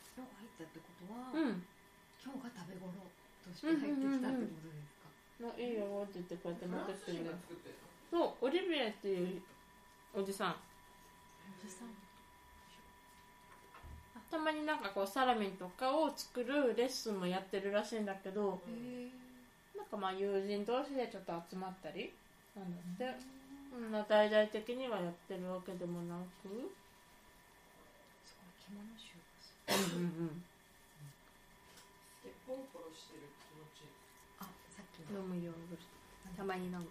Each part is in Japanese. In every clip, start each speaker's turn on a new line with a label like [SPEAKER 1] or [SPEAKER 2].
[SPEAKER 1] たってことは、
[SPEAKER 2] うん
[SPEAKER 1] 今日が食べ頃として入ってきたってことですか、
[SPEAKER 2] のいいよって言ってこうやって持ってきてくれる
[SPEAKER 3] が作ってる
[SPEAKER 2] そうオリビエっていうおじさん
[SPEAKER 1] おじさん
[SPEAKER 2] たまになんかこうサラミとかを作るレッスンもやってるらしいんだけど
[SPEAKER 1] へえ
[SPEAKER 2] なんかまあ友人同士でちょっと集まったりなんだってそんな大々的にはやってるわけでもな
[SPEAKER 1] すご
[SPEAKER 2] く
[SPEAKER 1] い着物集
[SPEAKER 2] うんうん
[SPEAKER 3] でポロポロしてる気持ちいい
[SPEAKER 1] あさっき
[SPEAKER 2] うん
[SPEAKER 1] の
[SPEAKER 2] 飲むヨーグルトたまに飲む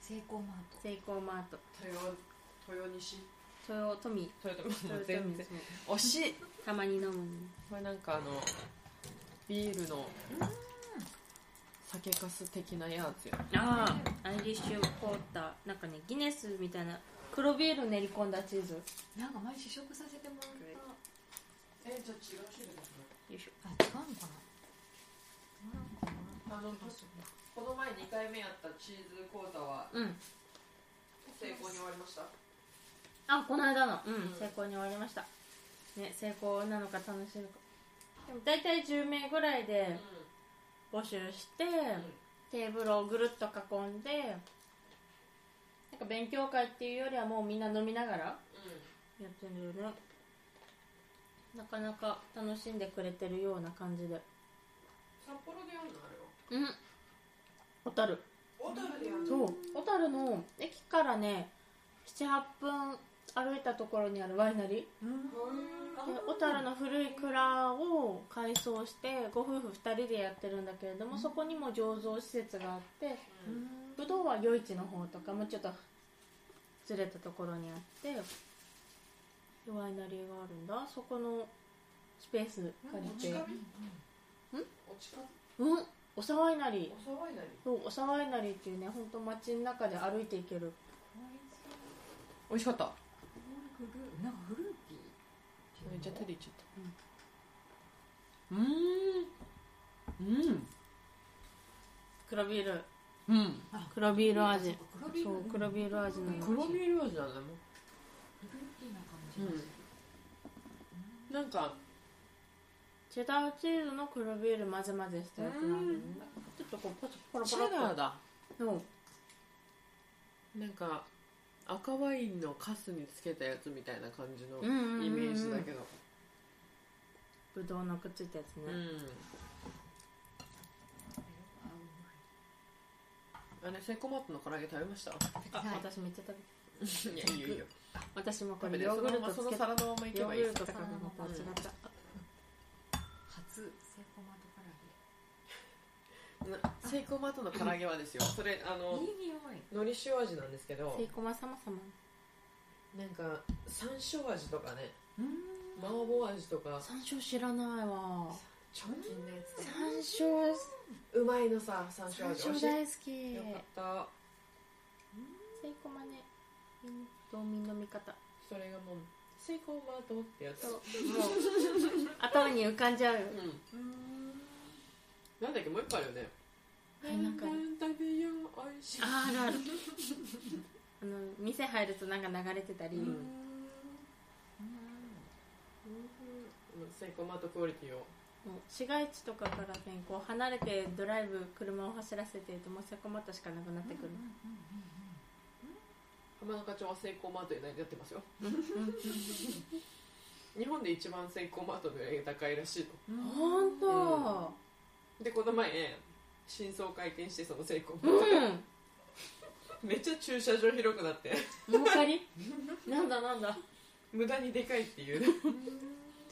[SPEAKER 1] セイコーマート
[SPEAKER 2] セイコーマート
[SPEAKER 3] 豊豊西
[SPEAKER 2] 豊富
[SPEAKER 3] 豊
[SPEAKER 2] 豊
[SPEAKER 3] 富
[SPEAKER 2] 富
[SPEAKER 3] 全然惜しい
[SPEAKER 2] たまに飲むね
[SPEAKER 3] これなんかあのビールの酒粕的なやつや
[SPEAKER 2] ああアイリッシュポーターなんかねギネスみたいな黒ビール練り込んだチーズよ
[SPEAKER 1] なんか前試食させてもらった
[SPEAKER 3] えじゃあ違う種類ですね
[SPEAKER 2] いしょ
[SPEAKER 1] あ違うのかななんかもらった
[SPEAKER 3] あのどうこの前2回目やったチーズコータは
[SPEAKER 2] うん
[SPEAKER 3] 成功に終わりました
[SPEAKER 2] あこの間のうん、
[SPEAKER 3] ん
[SPEAKER 2] 成功に終わりましたね成功なのか楽しいのかでも大体10名ぐらいで
[SPEAKER 3] う
[SPEAKER 2] 募集して、
[SPEAKER 3] ん
[SPEAKER 2] テーブルをぐるっと囲んでなんか勉強会っていうよりはもうみんな飲みながらやってるよねなかなか楽しんでくれてるような感じで
[SPEAKER 3] 札幌でやるのあれ
[SPEAKER 2] う
[SPEAKER 3] は
[SPEAKER 2] ん小樽
[SPEAKER 3] 小樽でやるの
[SPEAKER 2] そう小樽の駅からね78分歩いたところにあるワイナリーで
[SPEAKER 3] うん
[SPEAKER 2] 小樽の古い蔵を改装してご夫婦2人でやってるんだけれどもそこにも醸造施設があって
[SPEAKER 3] うん
[SPEAKER 2] ぶどうは余市の方とかもうちょっとずれたところにあってワイナリーがあるんだそこのスペース借
[SPEAKER 3] お
[SPEAKER 2] り
[SPEAKER 3] 近
[SPEAKER 2] て
[SPEAKER 3] くお近く
[SPEAKER 2] うんおさワイナリー
[SPEAKER 3] お騒いなり
[SPEAKER 2] そうおさワイナリーっていうね本当街の中で歩いていける
[SPEAKER 3] 美味しかった
[SPEAKER 1] なんかフルーティー
[SPEAKER 3] めっちゃ手でいっちゃったうん
[SPEAKER 2] 黒ビール
[SPEAKER 3] うんうん
[SPEAKER 2] 黒ビール味
[SPEAKER 1] 黒ビール
[SPEAKER 2] そう黒ビール味なの
[SPEAKER 3] 黒ビール味だ
[SPEAKER 1] フルーテ
[SPEAKER 3] ねも
[SPEAKER 1] ィーな感
[SPEAKER 3] う
[SPEAKER 1] じがする
[SPEAKER 3] うんなんか
[SPEAKER 2] チェダーチーズの黒ビール混ぜ混ぜしたやつなんだよねちょっとこうポチポロ
[SPEAKER 3] チ
[SPEAKER 2] ポロ
[SPEAKER 3] ェダ
[SPEAKER 2] っ
[SPEAKER 3] ーだ
[SPEAKER 2] との
[SPEAKER 3] なんか赤ワインのカスにつけたやつみたいな感じの
[SPEAKER 2] うんうんうんうん
[SPEAKER 3] イメージだけど
[SPEAKER 2] ぶどうのくっついたやつ
[SPEAKER 3] う
[SPEAKER 2] ね、
[SPEAKER 3] んあれセイコーマットの唐揚げ食べました
[SPEAKER 2] あ
[SPEAKER 1] はい
[SPEAKER 2] 私めっちゃ食べ
[SPEAKER 3] いやいいよいいよ
[SPEAKER 2] 私もこ
[SPEAKER 3] 食べ
[SPEAKER 2] れ
[SPEAKER 3] て
[SPEAKER 2] ヨ
[SPEAKER 3] そ
[SPEAKER 2] ー
[SPEAKER 3] の
[SPEAKER 2] グル
[SPEAKER 3] ま
[SPEAKER 2] トつ
[SPEAKER 3] まその
[SPEAKER 2] けた
[SPEAKER 3] 皿のままいけ
[SPEAKER 2] ヨ
[SPEAKER 3] ば
[SPEAKER 2] ー
[SPEAKER 3] いい
[SPEAKER 2] グ
[SPEAKER 3] よ
[SPEAKER 2] ルトからのまた違った、
[SPEAKER 1] 初セイコーマートから
[SPEAKER 3] なセイコーマットの唐揚げはですよそれあ
[SPEAKER 1] 揚
[SPEAKER 3] の
[SPEAKER 1] げいい匂い
[SPEAKER 3] のり塩味なんですけど
[SPEAKER 2] セイコマ様様
[SPEAKER 3] なんか山椒味とかね
[SPEAKER 1] うん
[SPEAKER 3] 麻婆味とか
[SPEAKER 2] 山椒知らないわ
[SPEAKER 3] 超金なやつ
[SPEAKER 2] 山椒
[SPEAKER 3] うまいのさ山椒
[SPEAKER 2] 山
[SPEAKER 3] 味美味
[SPEAKER 2] 椒
[SPEAKER 3] しい
[SPEAKER 2] 大好き
[SPEAKER 3] よかった
[SPEAKER 2] セイコマね道民の味方
[SPEAKER 3] それがもうセイコーマートってやつ
[SPEAKER 2] そうもう頭に浮かんじゃうよ
[SPEAKER 3] うん
[SPEAKER 1] うん
[SPEAKER 3] なんだっけもう一個あるよね
[SPEAKER 2] はいなんか
[SPEAKER 3] ラーメン食べようおいしい
[SPEAKER 2] あるあ るあの店入るとなんか流れてたり、
[SPEAKER 3] う
[SPEAKER 1] うんん
[SPEAKER 3] うんセイコーマートクオリティを
[SPEAKER 2] もう市街地とかからねこう離れてドライブ車を走らせてるともうセコマットしかなくなってくる、
[SPEAKER 3] 浜中町はセイコーマートになってますよ日本で一番セイコーマートの売り上げ高いらしいと
[SPEAKER 1] うん
[SPEAKER 2] ほんと
[SPEAKER 3] でこの前真相会見してそのセイコーマート
[SPEAKER 2] う
[SPEAKER 3] めっちゃ駐車場広くなって
[SPEAKER 2] ん儲かりなんだなんだ
[SPEAKER 3] 無駄にでかいっていう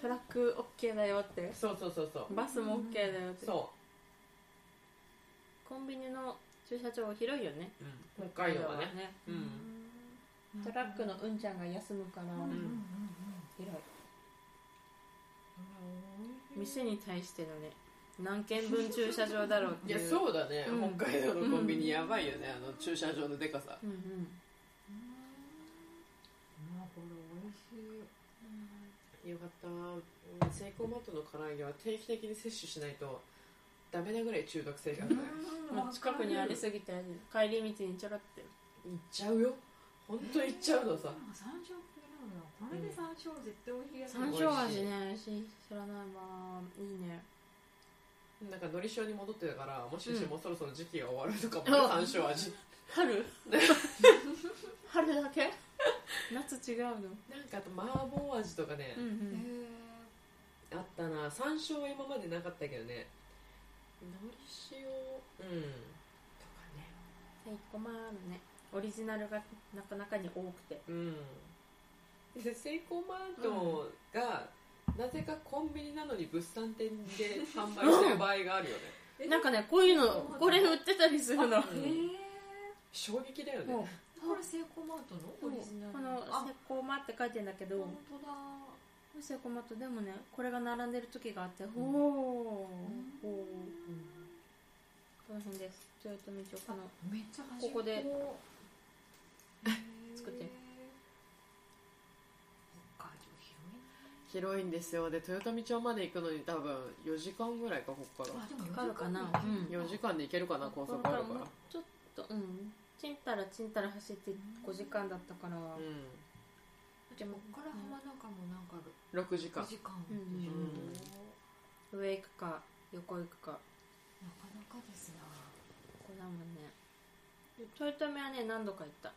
[SPEAKER 2] トラック OK だよって
[SPEAKER 3] そうそうそうそう
[SPEAKER 2] バスも OK だよって
[SPEAKER 3] そ
[SPEAKER 2] コンビニの駐車場広いよね
[SPEAKER 3] う、うん、北海道はねう
[SPEAKER 1] うん
[SPEAKER 3] ん
[SPEAKER 2] トラックのうんちゃんが休むから
[SPEAKER 1] うんうんうんうん
[SPEAKER 2] 広い店に対してのね何軒分駐車場だろうって
[SPEAKER 3] い
[SPEAKER 2] いう
[SPEAKER 3] や
[SPEAKER 2] う、
[SPEAKER 3] そうだね、
[SPEAKER 2] うん
[SPEAKER 3] 北海道のコンビニやばいよね、あの駐車場のでかさ
[SPEAKER 2] うんうん、
[SPEAKER 1] まあこれ美味しい
[SPEAKER 3] よかったセイコーマートの唐揚げは定期的に摂取しないとダメなぐらい中毒性がある、
[SPEAKER 2] もう近くにありすぎて帰り道にちょろって
[SPEAKER 3] 行っちゃうよ本当行っちゃうのさ
[SPEAKER 1] なんか山椒系なのよこのれで山椒絶対美味しいやつ
[SPEAKER 2] 山椒味ね知らないわいいね
[SPEAKER 3] なんかのり塩に戻ってたからもしかしてもうそろそろ時期が終わるとか
[SPEAKER 2] う
[SPEAKER 3] も、
[SPEAKER 2] ん
[SPEAKER 3] ね山椒味
[SPEAKER 2] 春春だけ夏違うの
[SPEAKER 3] なんかあと麻婆味とかね、
[SPEAKER 2] うんう
[SPEAKER 1] へ
[SPEAKER 2] ん
[SPEAKER 1] え
[SPEAKER 3] あったな山椒は今までなかったけどねのり塩うんとかね
[SPEAKER 2] セイコマーのねオリジナルがなかなかに多くて
[SPEAKER 3] うんでセイコーマートが、なぜかコンビニなのに物産展で販売してる場合があるよね、
[SPEAKER 1] え
[SPEAKER 2] なんかねこういうのこれ売ってたりするの
[SPEAKER 3] あ
[SPEAKER 1] へ
[SPEAKER 3] 衝撃だよ
[SPEAKER 2] もう
[SPEAKER 3] ね
[SPEAKER 1] えこれセイコーマートの
[SPEAKER 2] こ
[SPEAKER 1] オ
[SPEAKER 2] の
[SPEAKER 1] リジナルのあ
[SPEAKER 2] セコマって書いてんだけど
[SPEAKER 1] 本当だ
[SPEAKER 2] セコマとでもねこれが並んでる時があってほー
[SPEAKER 3] ん
[SPEAKER 2] ほーこの辺です豊臣町この
[SPEAKER 1] めっちゃ
[SPEAKER 2] ここで作
[SPEAKER 1] 作
[SPEAKER 2] って
[SPEAKER 1] 北海道広いね
[SPEAKER 3] 広いんですよで豊富町まで行くのに多分4時間ぐらいかこっから
[SPEAKER 1] あでも
[SPEAKER 2] かかるかな
[SPEAKER 1] よく
[SPEAKER 2] うん
[SPEAKER 3] 4時間で行けるかな高速ある
[SPEAKER 2] これ
[SPEAKER 3] から
[SPEAKER 2] もちょっとうんちんたらちんたら走って5時間だったから、
[SPEAKER 3] う
[SPEAKER 1] でもこっから浜中もなんか
[SPEAKER 3] ん6時間
[SPEAKER 1] 6時間
[SPEAKER 2] うん
[SPEAKER 3] うん
[SPEAKER 1] でしょ
[SPEAKER 2] 上行くか横行くか
[SPEAKER 1] なかなかですな
[SPEAKER 2] ここだもんねで豊臣はね何度か行った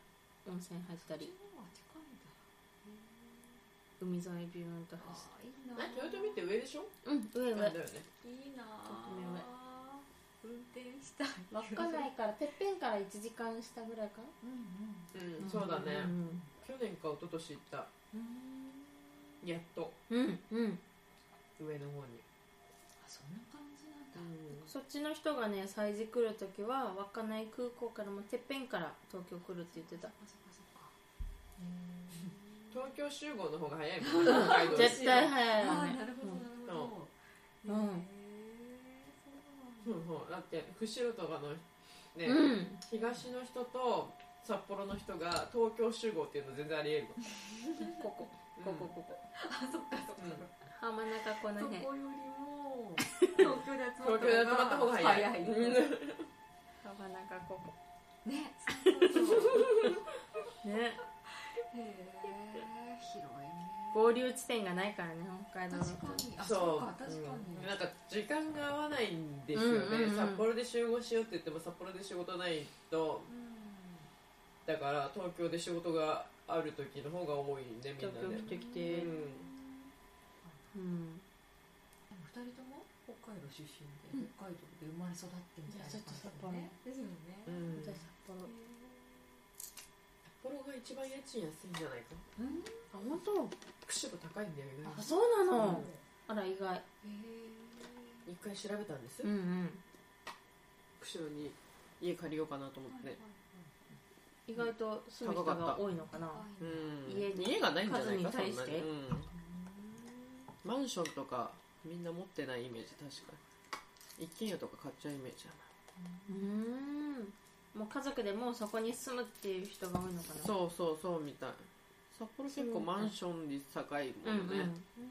[SPEAKER 2] 温泉入っ
[SPEAKER 1] こ
[SPEAKER 2] た
[SPEAKER 1] っち
[SPEAKER 2] り
[SPEAKER 1] の方が近いんだへ
[SPEAKER 2] 海沿いビューンと
[SPEAKER 1] え
[SPEAKER 2] 走っ
[SPEAKER 1] あいいな
[SPEAKER 3] え豊富って上でしょ
[SPEAKER 2] てうん上
[SPEAKER 3] なん
[SPEAKER 2] 上
[SPEAKER 3] だよね
[SPEAKER 1] いいな
[SPEAKER 2] と目上
[SPEAKER 1] 運転したい
[SPEAKER 2] 稚内からてっぺんから1時間下ぐらいかな
[SPEAKER 1] うん
[SPEAKER 3] うんそうだね
[SPEAKER 2] うん
[SPEAKER 3] 去年か一昨年行った
[SPEAKER 1] うんうん
[SPEAKER 3] やっと
[SPEAKER 2] うん、うん、
[SPEAKER 3] 上の方に
[SPEAKER 1] あそんな感じなんだ
[SPEAKER 2] そっちの人がね祭事来る時は稚内空港からもてっぺんから東京来るって言ってた
[SPEAKER 1] あそっかそっかへ
[SPEAKER 3] 東京集合の方が早いもんね北海 道
[SPEAKER 2] 絶対早
[SPEAKER 1] え
[SPEAKER 2] いよ
[SPEAKER 1] あ
[SPEAKER 2] ね
[SPEAKER 1] なるほどなるほど
[SPEAKER 2] うん
[SPEAKER 1] へえ
[SPEAKER 3] う
[SPEAKER 1] そ
[SPEAKER 3] ん
[SPEAKER 1] うなんだ
[SPEAKER 3] うんだって釧路とかのね、
[SPEAKER 2] うん
[SPEAKER 3] 東の人と札幌の人が東京集合っていうの全然ありえる
[SPEAKER 2] ここ
[SPEAKER 3] も
[SPEAKER 2] こ
[SPEAKER 3] ん、
[SPEAKER 2] こここ
[SPEAKER 1] あそっかそっか
[SPEAKER 3] うん
[SPEAKER 2] 浜中この
[SPEAKER 1] そこ
[SPEAKER 2] 辺
[SPEAKER 1] よりも東京で集ま
[SPEAKER 3] 東京で集ま
[SPEAKER 1] っ
[SPEAKER 3] ったた
[SPEAKER 1] 方
[SPEAKER 3] 方
[SPEAKER 1] が
[SPEAKER 3] が
[SPEAKER 1] 早い
[SPEAKER 3] 早い
[SPEAKER 2] 浜中ここ
[SPEAKER 1] ねそうそうそう
[SPEAKER 2] ね
[SPEAKER 1] へえ広いね
[SPEAKER 2] 合流地点がないからね北海道の
[SPEAKER 1] 確かにあ
[SPEAKER 3] そう
[SPEAKER 1] そうか確かに
[SPEAKER 3] うん、なんか時間が合わないんですよね、
[SPEAKER 2] うんうんうん
[SPEAKER 3] 札幌で集合しようって言っても札幌で仕事ないと
[SPEAKER 1] う
[SPEAKER 3] だから東京で仕事がある時の方が多いんでみん
[SPEAKER 2] 東京
[SPEAKER 3] な
[SPEAKER 2] 来
[SPEAKER 3] ね
[SPEAKER 2] てき
[SPEAKER 1] ん
[SPEAKER 2] て
[SPEAKER 1] で
[SPEAKER 3] う
[SPEAKER 1] も
[SPEAKER 3] ん
[SPEAKER 2] うん
[SPEAKER 1] 二人とも北海道出身で北海道で生まれ育ってみたいな感じだよねですよね
[SPEAKER 3] う
[SPEAKER 1] へ
[SPEAKER 3] ん
[SPEAKER 2] 私
[SPEAKER 3] 札
[SPEAKER 2] 札幌
[SPEAKER 3] 幌が一番家賃安いんじゃないか
[SPEAKER 1] えうん
[SPEAKER 2] あ本当
[SPEAKER 3] 釧路高いんだよね
[SPEAKER 2] あそうな
[SPEAKER 1] うん
[SPEAKER 2] のあら意外
[SPEAKER 1] へ
[SPEAKER 3] 一回調べたんです、
[SPEAKER 2] うんうん
[SPEAKER 3] 釧路に家借りようかなと思って
[SPEAKER 1] え
[SPEAKER 3] ね、
[SPEAKER 2] 意外と住む人が多いのかな
[SPEAKER 3] うん
[SPEAKER 2] 家に
[SPEAKER 3] 家がないんじゃな
[SPEAKER 2] 数
[SPEAKER 3] いか
[SPEAKER 2] に対
[SPEAKER 3] そんな
[SPEAKER 2] して
[SPEAKER 3] に、うん、マンションとかみんな持ってないイメージ確かに一軒家とか買っちゃうイメージだな
[SPEAKER 2] うーんもう家族でもうそこに住むっていう人が多いのかな
[SPEAKER 3] そうそうそうみたい札幌結構マンション率高いも
[SPEAKER 2] うん
[SPEAKER 3] んね、
[SPEAKER 2] うん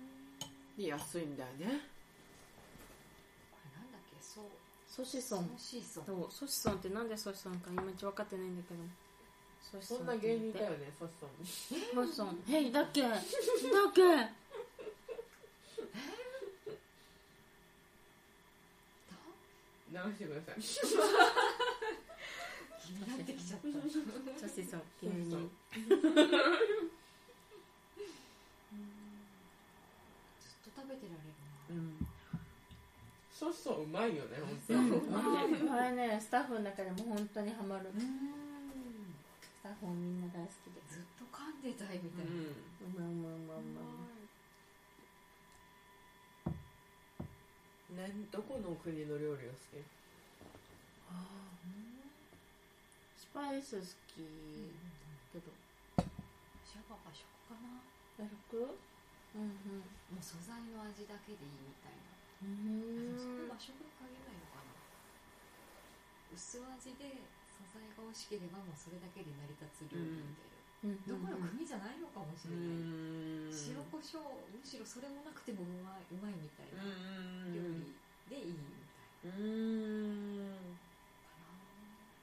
[SPEAKER 3] で安いんだよ
[SPEAKER 1] こ
[SPEAKER 3] ね
[SPEAKER 1] れなんだっけそう
[SPEAKER 2] ソシ
[SPEAKER 1] ソ
[SPEAKER 2] ソン
[SPEAKER 1] ンシーソン
[SPEAKER 2] そうソシソンってなんでソシソンかいまいち分かってないんだけどソシソンって
[SPEAKER 3] そんな芸人だよねソシソン
[SPEAKER 2] ソシソンえいだっけだっけ
[SPEAKER 3] 流してください
[SPEAKER 1] 気になってきちゃった
[SPEAKER 2] ソシソン芸人
[SPEAKER 1] ずっと食べてられるな
[SPEAKER 3] うんソシソンうまいよね
[SPEAKER 2] うん
[SPEAKER 3] 本
[SPEAKER 2] これねスタッフの中でも本当にハマる
[SPEAKER 1] うん
[SPEAKER 2] スタッフもみんな大好きで
[SPEAKER 1] ずっと噛んでたいみ
[SPEAKER 3] 当
[SPEAKER 1] たいな、
[SPEAKER 2] う
[SPEAKER 3] に
[SPEAKER 2] まうまうまうま
[SPEAKER 3] うん、ね、どこの国の料理が好き
[SPEAKER 2] スパイス好きけど
[SPEAKER 1] シャバが食かなも
[SPEAKER 2] 和食うんうん
[SPEAKER 1] う素材の味だけでいいみたいな
[SPEAKER 2] うん
[SPEAKER 1] あそこ和食に限らないのかな薄味で素材が美味しければもうそれだけで成り立つ料理みたいな、どこ
[SPEAKER 2] ど
[SPEAKER 1] の国じゃないのかもし
[SPEAKER 3] う
[SPEAKER 1] れない、
[SPEAKER 3] ん
[SPEAKER 1] 塩コショウむしろそれもなくてもうまいうまいみたいな
[SPEAKER 3] うん
[SPEAKER 1] 料理でいいみたいな
[SPEAKER 3] うーん
[SPEAKER 1] かな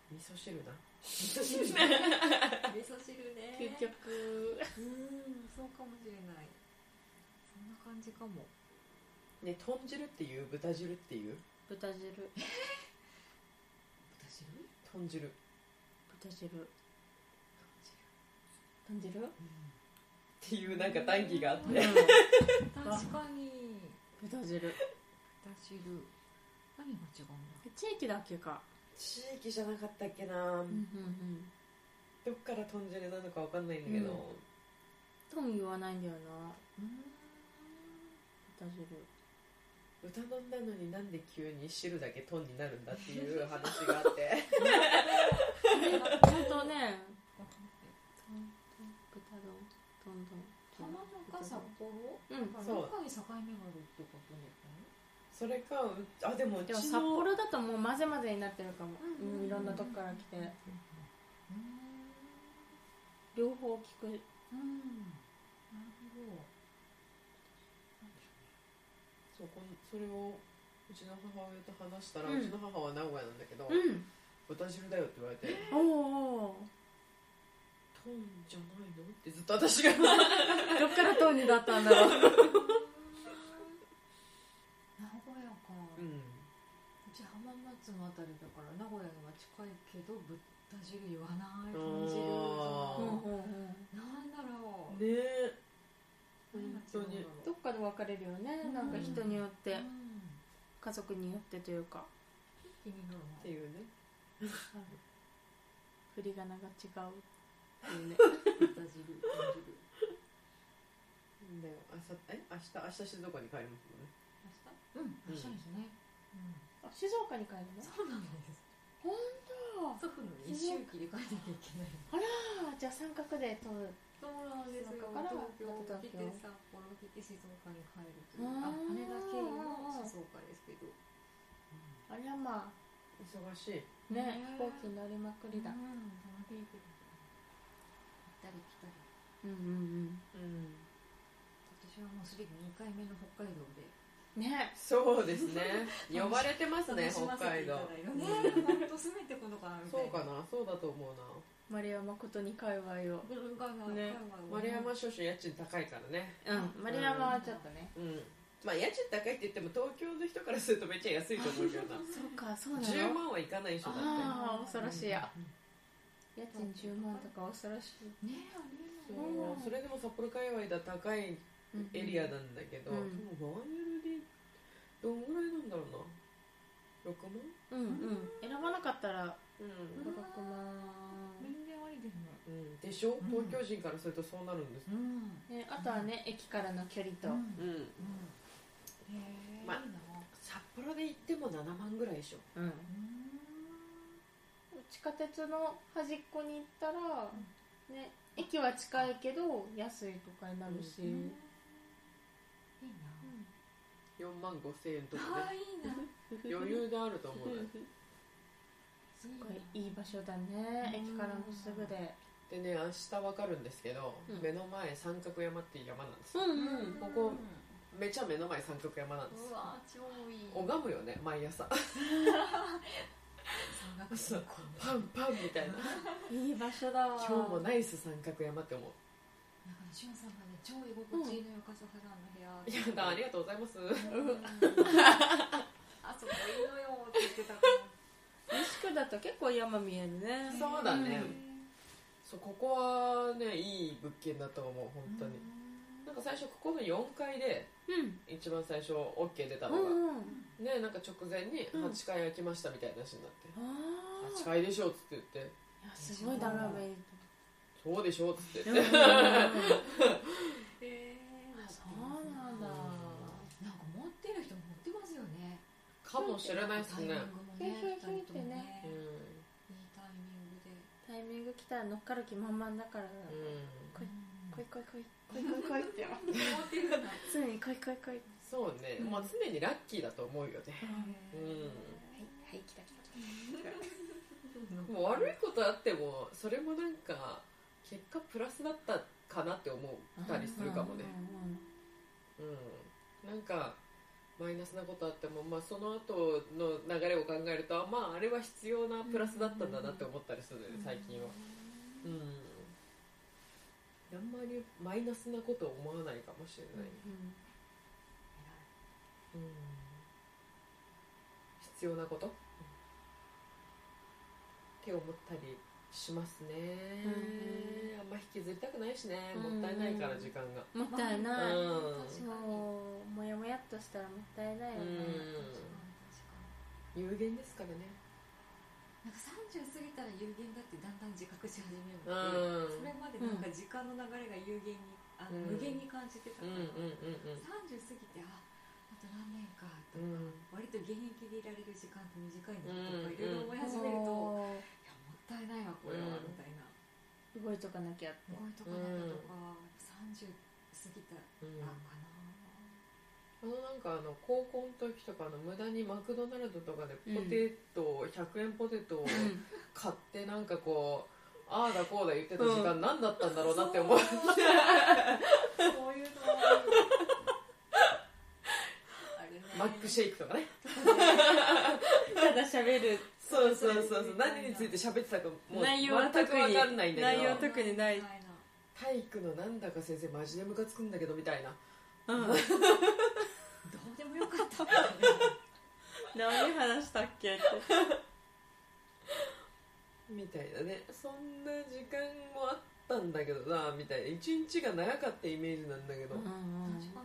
[SPEAKER 3] 味噌噌汁だ
[SPEAKER 1] 味噌汁 ね 味噌汁ね
[SPEAKER 2] 究極
[SPEAKER 1] うんそうかもしれないそんな感じかも
[SPEAKER 3] ね豚汁っていう豚汁っていう
[SPEAKER 2] 豚汁
[SPEAKER 1] 豚汁
[SPEAKER 3] 豚汁っ
[SPEAKER 2] 豚汁豚汁
[SPEAKER 3] ていうなんか大義があっ
[SPEAKER 2] うん
[SPEAKER 3] て
[SPEAKER 1] 確かに
[SPEAKER 2] 豚汁
[SPEAKER 1] 豚汁何が違うんだ
[SPEAKER 2] 地域だっけか
[SPEAKER 3] 地域じゃなかったっけな、
[SPEAKER 2] うんうん
[SPEAKER 3] どっから豚汁なのかわかんないんだけど、
[SPEAKER 2] うんとも言わないんだよな
[SPEAKER 1] うん
[SPEAKER 2] 豚汁
[SPEAKER 3] 歌飲んだのになんで急に汁だけ豚になるんだっていう話があって
[SPEAKER 2] ちゃんとね豚丼豚丼
[SPEAKER 1] 卵か札幌
[SPEAKER 2] うん
[SPEAKER 1] か
[SPEAKER 3] そう
[SPEAKER 1] どっかに境目があるってことね
[SPEAKER 3] それかうあでもうち
[SPEAKER 2] で
[SPEAKER 3] の
[SPEAKER 2] も札幌だともう混ぜ混ぜになってるかも、
[SPEAKER 1] うんうんうん
[SPEAKER 2] うんいろんなとこから来て
[SPEAKER 1] う
[SPEAKER 2] 両方聞く
[SPEAKER 1] んうんなるほど
[SPEAKER 3] そうこんそれをうちの母親と話したら、
[SPEAKER 2] う
[SPEAKER 3] うんちの母は名古屋なんだけど、
[SPEAKER 2] うん
[SPEAKER 3] 豚汁だよって言われて「
[SPEAKER 2] おうおう
[SPEAKER 3] 豚じゃないの?」ってずっと 私が
[SPEAKER 2] どっから豚にだったんだろう
[SPEAKER 1] 名古屋か、う
[SPEAKER 3] うん
[SPEAKER 1] ち浜松のあたりだから名古屋には近いけど豚汁言わない豚汁
[SPEAKER 3] あー
[SPEAKER 2] うん
[SPEAKER 1] そう
[SPEAKER 2] うんうん
[SPEAKER 1] なんだろう
[SPEAKER 3] ねえ
[SPEAKER 1] 何が
[SPEAKER 3] 本当に
[SPEAKER 1] 違うんだろう
[SPEAKER 2] どっかで分かれるよね、
[SPEAKER 1] うん
[SPEAKER 2] なんか人によって
[SPEAKER 1] うん
[SPEAKER 2] 家族によってというか
[SPEAKER 1] 気になる
[SPEAKER 3] っていうね
[SPEAKER 2] 振り仮名が違うっていうね
[SPEAKER 1] な豚汁豚汁
[SPEAKER 3] であさえ明日明日静岡に帰りますもんね
[SPEAKER 1] 明日うん明日ですね、うん
[SPEAKER 2] あ静岡に帰るの
[SPEAKER 1] そうなんです
[SPEAKER 2] 本
[SPEAKER 1] 祖父の一周期で帰らなきゃいけない
[SPEAKER 2] 当あらじゃあ三角で取る
[SPEAKER 1] そうなんですよ
[SPEAKER 2] 静岡から
[SPEAKER 1] 東京来て
[SPEAKER 2] 東京
[SPEAKER 1] 札幌来て静岡に帰るという
[SPEAKER 2] あ
[SPEAKER 1] あ羽田経由の
[SPEAKER 2] ー
[SPEAKER 1] 静岡ですけど
[SPEAKER 2] ありゃま
[SPEAKER 3] 忙しい
[SPEAKER 2] あね
[SPEAKER 1] ね
[SPEAKER 2] 飛行機乗りまくりだ
[SPEAKER 1] う、ん楽しいけど行ったり来たり
[SPEAKER 2] うん、うん
[SPEAKER 3] うん
[SPEAKER 1] 私はもうすでに2回目の北海道で
[SPEAKER 2] うんね
[SPEAKER 3] そうですね
[SPEAKER 1] 楽し
[SPEAKER 3] 呼ばれてます
[SPEAKER 1] 楽
[SPEAKER 3] ね
[SPEAKER 1] し
[SPEAKER 3] 北
[SPEAKER 1] ませてい
[SPEAKER 3] 海
[SPEAKER 1] た
[SPEAKER 3] 道
[SPEAKER 1] だいたね本当すべてこのかなみた
[SPEAKER 3] そ
[SPEAKER 1] いう
[SPEAKER 3] か
[SPEAKER 1] な
[SPEAKER 3] なそうだと思うな
[SPEAKER 2] 丸山ことに界隈を
[SPEAKER 1] 文化が
[SPEAKER 2] ね
[SPEAKER 3] 丸山少々家賃高いからね
[SPEAKER 2] うん丸山はちょっとね、
[SPEAKER 3] うんまあ家賃高いって言っても東京の人からするとめっちゃ安いと思うけどな
[SPEAKER 2] そうかそうなの
[SPEAKER 3] 10万はいかないでしょだっ
[SPEAKER 2] ああ恐ろしいや
[SPEAKER 1] う
[SPEAKER 2] 家
[SPEAKER 1] ん
[SPEAKER 2] 賃10万とか恐ろしい、
[SPEAKER 1] ねあ
[SPEAKER 3] て
[SPEAKER 1] れ
[SPEAKER 3] そう
[SPEAKER 2] うん
[SPEAKER 3] それでも札幌界隈だと高い
[SPEAKER 2] うん
[SPEAKER 3] エリアなんだけど、
[SPEAKER 2] うん
[SPEAKER 3] でも 1LD どんぐらいなんだろうな6
[SPEAKER 2] う
[SPEAKER 3] 万
[SPEAKER 2] んうん選ばなかったら
[SPEAKER 3] う
[SPEAKER 2] 56
[SPEAKER 3] ん、
[SPEAKER 2] 万、
[SPEAKER 1] 全然ありですね
[SPEAKER 3] うん、でしょ、
[SPEAKER 1] ん
[SPEAKER 3] 東京人からするとそうなるんです
[SPEAKER 1] うん
[SPEAKER 2] ね、あとはね駅からの距離と、
[SPEAKER 1] うん
[SPEAKER 3] うん
[SPEAKER 1] へえ
[SPEAKER 3] ま
[SPEAKER 1] いいな
[SPEAKER 3] 札幌で行っても7万ぐらいでしょ
[SPEAKER 2] うん
[SPEAKER 1] う
[SPEAKER 2] 地下鉄の端っこに行ったら、ね駅は近いけど安いとかになるし、
[SPEAKER 1] んいいな
[SPEAKER 3] 4万5千円とか
[SPEAKER 1] あ
[SPEAKER 3] ね
[SPEAKER 1] ーいいな
[SPEAKER 3] 余裕であると思う ね
[SPEAKER 1] す
[SPEAKER 2] これいい場所だね、
[SPEAKER 1] うん
[SPEAKER 2] 駅からもすぐで
[SPEAKER 3] でね明日わかるんですけど、
[SPEAKER 2] うん
[SPEAKER 3] 目の前三角山っていう山なんです
[SPEAKER 2] う
[SPEAKER 3] よ
[SPEAKER 2] ん
[SPEAKER 3] んここめちゃ目の前三角山なんです
[SPEAKER 1] うわ超いい
[SPEAKER 3] 拝むよね 毎朝
[SPEAKER 1] 山岳
[SPEAKER 3] そうパンパンみたいな
[SPEAKER 2] いい場所だわ
[SPEAKER 3] 今日もナイス三角山って思う
[SPEAKER 1] なんかね、しゅんさんがね、超居心地いいのよ、笠原の部屋。
[SPEAKER 3] いやだありがとうございます
[SPEAKER 1] うんあそこいいのよって言ってたから。
[SPEAKER 2] 西区だと結構山見えるね
[SPEAKER 3] そうだね
[SPEAKER 1] へ
[SPEAKER 3] そうここはねいい物件だと思う本
[SPEAKER 1] ー
[SPEAKER 3] 当に、なんか最初ここの4階で
[SPEAKER 2] うん
[SPEAKER 3] 一番最初 OK 出た
[SPEAKER 2] う
[SPEAKER 3] のが、
[SPEAKER 2] んうん
[SPEAKER 3] ねなんか直前に
[SPEAKER 2] うん
[SPEAKER 3] 8階空きましたみたいな話になって
[SPEAKER 2] あ
[SPEAKER 3] 「
[SPEAKER 2] あ
[SPEAKER 3] 8階でしょ」っつって
[SPEAKER 2] い
[SPEAKER 3] 言って
[SPEAKER 2] やすごい眺めいい
[SPEAKER 3] 「そうでしょ」っつって
[SPEAKER 2] と
[SPEAKER 3] 言っ
[SPEAKER 2] 思う
[SPEAKER 3] て
[SPEAKER 2] うんうん うん
[SPEAKER 1] へー
[SPEAKER 2] そうなんだ
[SPEAKER 1] なんか持ってる人持ってますよね。
[SPEAKER 3] かもしれないですね
[SPEAKER 1] タイミングもね、
[SPEAKER 2] ひょいひょい
[SPEAKER 1] 二人と
[SPEAKER 2] ひょい
[SPEAKER 1] もね
[SPEAKER 3] う
[SPEAKER 1] いい
[SPEAKER 3] ん
[SPEAKER 1] タイミングで。
[SPEAKER 2] タイミング来たら乗っかる気満々だから、
[SPEAKER 3] うん
[SPEAKER 2] こい
[SPEAKER 1] うん
[SPEAKER 2] 来い来い来い来い来い来いって
[SPEAKER 1] 持ってるんだ。
[SPEAKER 2] 常に来い来い来い
[SPEAKER 3] そうね、
[SPEAKER 2] うん
[SPEAKER 3] まあ常にラッキーだと思うよね
[SPEAKER 1] へ
[SPEAKER 2] はい来た来た
[SPEAKER 1] ー
[SPEAKER 3] もう悪いことあってもそれもなんか結果プラスだったかなって思ったりするかもね
[SPEAKER 2] うんうんうん
[SPEAKER 3] うんなんかマイナスなことあっても、まあ、その後の流れを考えるとあまああれは必要なプラスだったんだなって思ったりするので最近はうんあんまりマイナスなことは思わないかもしれない、うん、必要なこと、って思ったりしますね、
[SPEAKER 2] う
[SPEAKER 3] あんま引きずりたくないしね
[SPEAKER 2] うん
[SPEAKER 3] もったいないから時間が、
[SPEAKER 2] もったいない、
[SPEAKER 3] うん
[SPEAKER 1] 確
[SPEAKER 2] そ
[SPEAKER 1] かに
[SPEAKER 2] うもやもやっとしたらもったいないよね、
[SPEAKER 3] うん有限ですからね
[SPEAKER 1] なんか30過ぎたら有限だってだんだん自覚し始めるの
[SPEAKER 3] う
[SPEAKER 1] で、そ
[SPEAKER 3] ん
[SPEAKER 1] れまでなんか時間の流れが有限に、あ
[SPEAKER 3] う
[SPEAKER 1] 無
[SPEAKER 3] ん
[SPEAKER 1] 限に感じてた
[SPEAKER 3] う
[SPEAKER 1] から、
[SPEAKER 3] んうん
[SPEAKER 1] 30過ぎてああと何年かと
[SPEAKER 3] うんうんうん
[SPEAKER 1] 割と現役でいられる時間って短いな
[SPEAKER 3] う
[SPEAKER 1] とか
[SPEAKER 3] ん
[SPEAKER 1] いろいろ思い始めると、いやもったいないわこれは、
[SPEAKER 3] うん
[SPEAKER 1] みたいな
[SPEAKER 2] 動いとかなきゃっ
[SPEAKER 1] 思
[SPEAKER 2] て
[SPEAKER 1] いとかなんかとか、30過ぎた
[SPEAKER 3] うん
[SPEAKER 1] らかな、
[SPEAKER 3] あのなんかあの高校の時とかあの無駄にマクドナルドとかでポテトを、100円ポテトを買ってなんかこうああだこうだ言ってた時間何だったんだろうなって思う、
[SPEAKER 1] そういうのはある
[SPEAKER 3] マックシ
[SPEAKER 1] ェイ
[SPEAKER 3] ェイクとかね
[SPEAKER 2] ただ喋る
[SPEAKER 3] そうそうそうそう何について喋ってたかもう
[SPEAKER 2] 内容は
[SPEAKER 3] 全
[SPEAKER 2] 特
[SPEAKER 3] く
[SPEAKER 2] に
[SPEAKER 3] 分かんないんだけ
[SPEAKER 2] 内容
[SPEAKER 3] ど
[SPEAKER 2] は特にない
[SPEAKER 3] 体育のなんだか先生マジでムカつくんだけどみたいな
[SPEAKER 2] うん
[SPEAKER 1] どうでもよかった
[SPEAKER 2] 何話したっけって
[SPEAKER 3] みたいなねそんな時間もあったんだけどなみたいな一日が長かったイメージなんだけど、
[SPEAKER 1] 確かに確か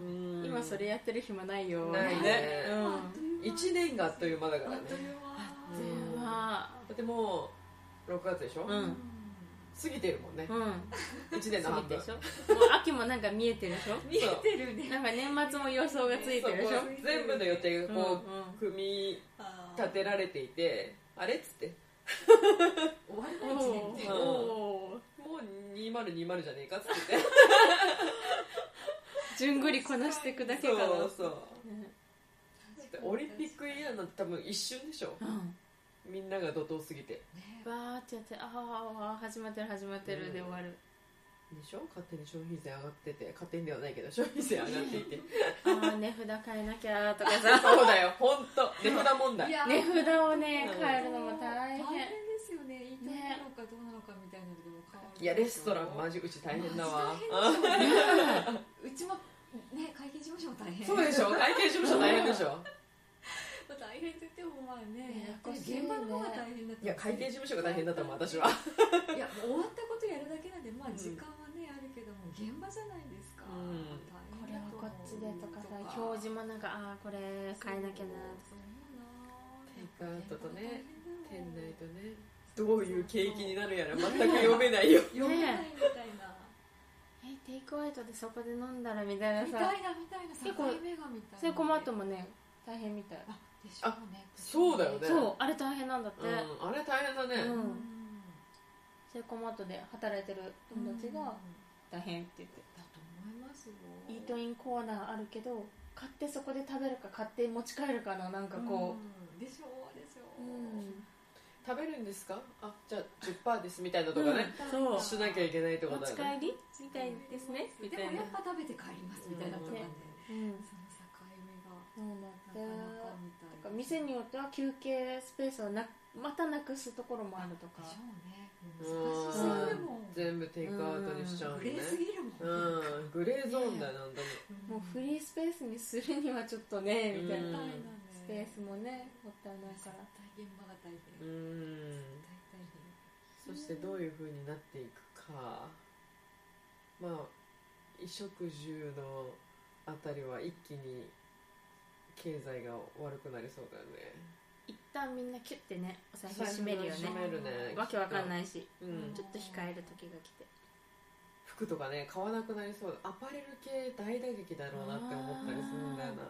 [SPEAKER 1] に、
[SPEAKER 3] うん
[SPEAKER 2] 今それやってる暇ないよ
[SPEAKER 3] ないね
[SPEAKER 2] う
[SPEAKER 1] あっという間
[SPEAKER 3] 1年があっという間だから
[SPEAKER 1] あ
[SPEAKER 3] ね
[SPEAKER 1] っという
[SPEAKER 3] う
[SPEAKER 1] 間
[SPEAKER 2] んま
[SPEAKER 3] だってもう6月でしょ、
[SPEAKER 2] うん
[SPEAKER 3] 過ぎてるもんね
[SPEAKER 2] あうん
[SPEAKER 3] 1年の
[SPEAKER 2] 過
[SPEAKER 3] 半
[SPEAKER 2] ぎ
[SPEAKER 3] 分
[SPEAKER 2] でしょもう秋もなんか見えてるでしょ
[SPEAKER 1] 見えてるね
[SPEAKER 2] なんか年末も予想がついてるでし
[SPEAKER 3] そ
[SPEAKER 2] ょ
[SPEAKER 3] うこう全部の予定
[SPEAKER 2] う
[SPEAKER 3] がこ
[SPEAKER 2] んうん
[SPEAKER 3] う組み立てられていてあれっつって
[SPEAKER 1] 終わりの1年
[SPEAKER 2] お
[SPEAKER 1] み
[SPEAKER 2] ー
[SPEAKER 1] たい
[SPEAKER 3] うん
[SPEAKER 1] な
[SPEAKER 2] おー
[SPEAKER 3] もう2020じゃねえかっつってて
[SPEAKER 2] じゅんぐりこなしていくだけかな
[SPEAKER 3] そうそう
[SPEAKER 2] ね
[SPEAKER 3] だってオリンピックイヤーなんて多分一瞬でしょ
[SPEAKER 2] うん
[SPEAKER 3] みんなが怒涛すぎて
[SPEAKER 1] ね
[SPEAKER 2] わーってやってあーあー始まってる始まってるで終わる
[SPEAKER 3] でしょ勝手に消費税上がってて勝手にではないけど消費税上がっていて
[SPEAKER 2] あー値札変えなきゃーとか さ
[SPEAKER 3] そうだよ本当値札問題
[SPEAKER 1] いや
[SPEAKER 2] 値札をね
[SPEAKER 3] うん
[SPEAKER 2] 変えるのも大変
[SPEAKER 1] ですよね言いたいのかどうなのかみたいなのでも変わる
[SPEAKER 3] いやレストラン
[SPEAKER 1] マ
[SPEAKER 3] マ
[SPEAKER 1] ジ
[SPEAKER 3] ジうち大変だわ
[SPEAKER 1] 大変でしょうね
[SPEAKER 2] ね
[SPEAKER 1] うちもね会計事務所も大変
[SPEAKER 3] そうでしょ会計事務所大変でしょ
[SPEAKER 1] まあ大変といってもまあね
[SPEAKER 2] ね
[SPEAKER 1] やっぱり現場の方が大変だった
[SPEAKER 3] いや会計事務所が大変だったもん私はい
[SPEAKER 1] や終わったことやるだけなんでまあ
[SPEAKER 3] うん
[SPEAKER 1] 時間はねあるけども現場じゃないですか
[SPEAKER 3] うん
[SPEAKER 1] 大
[SPEAKER 2] これ
[SPEAKER 1] 変
[SPEAKER 2] は
[SPEAKER 1] だと思
[SPEAKER 2] こ
[SPEAKER 1] う
[SPEAKER 2] っちでとかさ表示もなんかああこれ変えなきゃな
[SPEAKER 1] そう
[SPEAKER 3] テイクアウトとね
[SPEAKER 1] そうや
[SPEAKER 3] 店
[SPEAKER 1] っぱ現場が大変だ
[SPEAKER 3] 内
[SPEAKER 1] よ
[SPEAKER 3] とねどういう景気になるやら全く読めないよ
[SPEAKER 1] 読めないみたいな
[SPEAKER 2] えテイクアウトでそこで飲んだらみたい
[SPEAKER 1] み
[SPEAKER 2] な
[SPEAKER 1] た
[SPEAKER 2] さ
[SPEAKER 1] いなみたいな
[SPEAKER 2] 結構
[SPEAKER 1] 境目がみたいな
[SPEAKER 2] それ困ってもね大変みたい
[SPEAKER 1] あでしょうね
[SPEAKER 3] そうだよね
[SPEAKER 2] そうあれ大変なんだって
[SPEAKER 3] うんあれ大変だね、
[SPEAKER 2] うん
[SPEAKER 1] うん
[SPEAKER 2] セイコーマートで働いてる友達
[SPEAKER 1] うん
[SPEAKER 2] が大変って言って
[SPEAKER 1] だと思いますよ
[SPEAKER 2] イートインコーナーあるけど買ってそこで食べるか買って持ち帰るかななんかこ
[SPEAKER 1] うんでしょうでしょ
[SPEAKER 2] う
[SPEAKER 1] う、
[SPEAKER 3] 食べるんですかあじゃあ10%ですみたいなとかね、
[SPEAKER 2] うんそう
[SPEAKER 3] しなきゃいけないってこ
[SPEAKER 2] 持
[SPEAKER 3] とだ
[SPEAKER 2] ち
[SPEAKER 3] よね
[SPEAKER 2] 帰りみたいですねみ
[SPEAKER 1] で
[SPEAKER 2] たい
[SPEAKER 1] も
[SPEAKER 2] な
[SPEAKER 1] やっぱ食べて帰りますみたいなとかね、
[SPEAKER 2] うん
[SPEAKER 1] その境目が
[SPEAKER 2] そうだって
[SPEAKER 1] なかなかみたい
[SPEAKER 2] な
[SPEAKER 1] な
[SPEAKER 2] んか店によっては休憩スペースをなまたなくすところもあると
[SPEAKER 1] で
[SPEAKER 2] か
[SPEAKER 1] しょうね難しすぎるもんグ
[SPEAKER 3] 全部テイクアウトにしちゃうのね
[SPEAKER 1] レーすぎるも、
[SPEAKER 3] うんんグレーゾーンだよね本当
[SPEAKER 2] もうフ
[SPEAKER 3] に
[SPEAKER 2] リースペースにするにはちょっとねみたい
[SPEAKER 1] み
[SPEAKER 2] な
[SPEAKER 1] たいなね
[SPEAKER 2] スペースもねもったいない
[SPEAKER 1] 絶
[SPEAKER 2] か
[SPEAKER 1] 対
[SPEAKER 2] ら
[SPEAKER 1] 現場が大変
[SPEAKER 3] う
[SPEAKER 1] 絶対大変
[SPEAKER 3] んそしてどういう風になっていくかまあ衣食住のあたりは一気に経済が悪くなりそうだよね
[SPEAKER 2] 一旦みんなキュッてねお財布閉めるよ
[SPEAKER 3] 閉
[SPEAKER 2] ね
[SPEAKER 3] めるね
[SPEAKER 2] わけわかんないし
[SPEAKER 3] うん
[SPEAKER 2] ちょっと控える時が来て
[SPEAKER 3] 服とかね買わなくなりそうアパレル系大打撃だろうなって思ったりするんだよな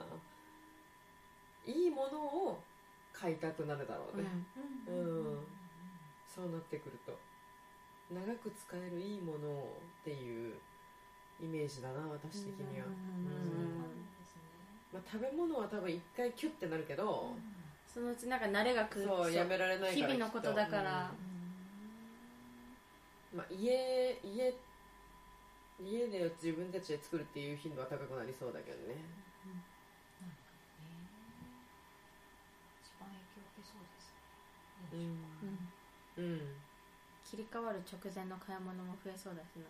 [SPEAKER 3] いいものを買いたくなるだろうね、
[SPEAKER 1] うん
[SPEAKER 3] うんそうなってくると長く使えるいいものをっていうイメージだな私的に
[SPEAKER 2] う
[SPEAKER 3] は、
[SPEAKER 2] ん
[SPEAKER 3] まあ、食べ物は多分一回キュッてなるけど、
[SPEAKER 2] そのうちなんか慣れがくる
[SPEAKER 3] そうやめられないから
[SPEAKER 2] 日々のことだか
[SPEAKER 3] き
[SPEAKER 2] ら
[SPEAKER 3] っとうんまあ、家家家で自分たちで作るっていう頻度は高くなりそうだけどね、
[SPEAKER 1] 何そうです
[SPEAKER 3] う
[SPEAKER 1] うん
[SPEAKER 3] ん
[SPEAKER 2] うん、
[SPEAKER 3] うん
[SPEAKER 2] 切り替わる直前の買い物も増えそうだしな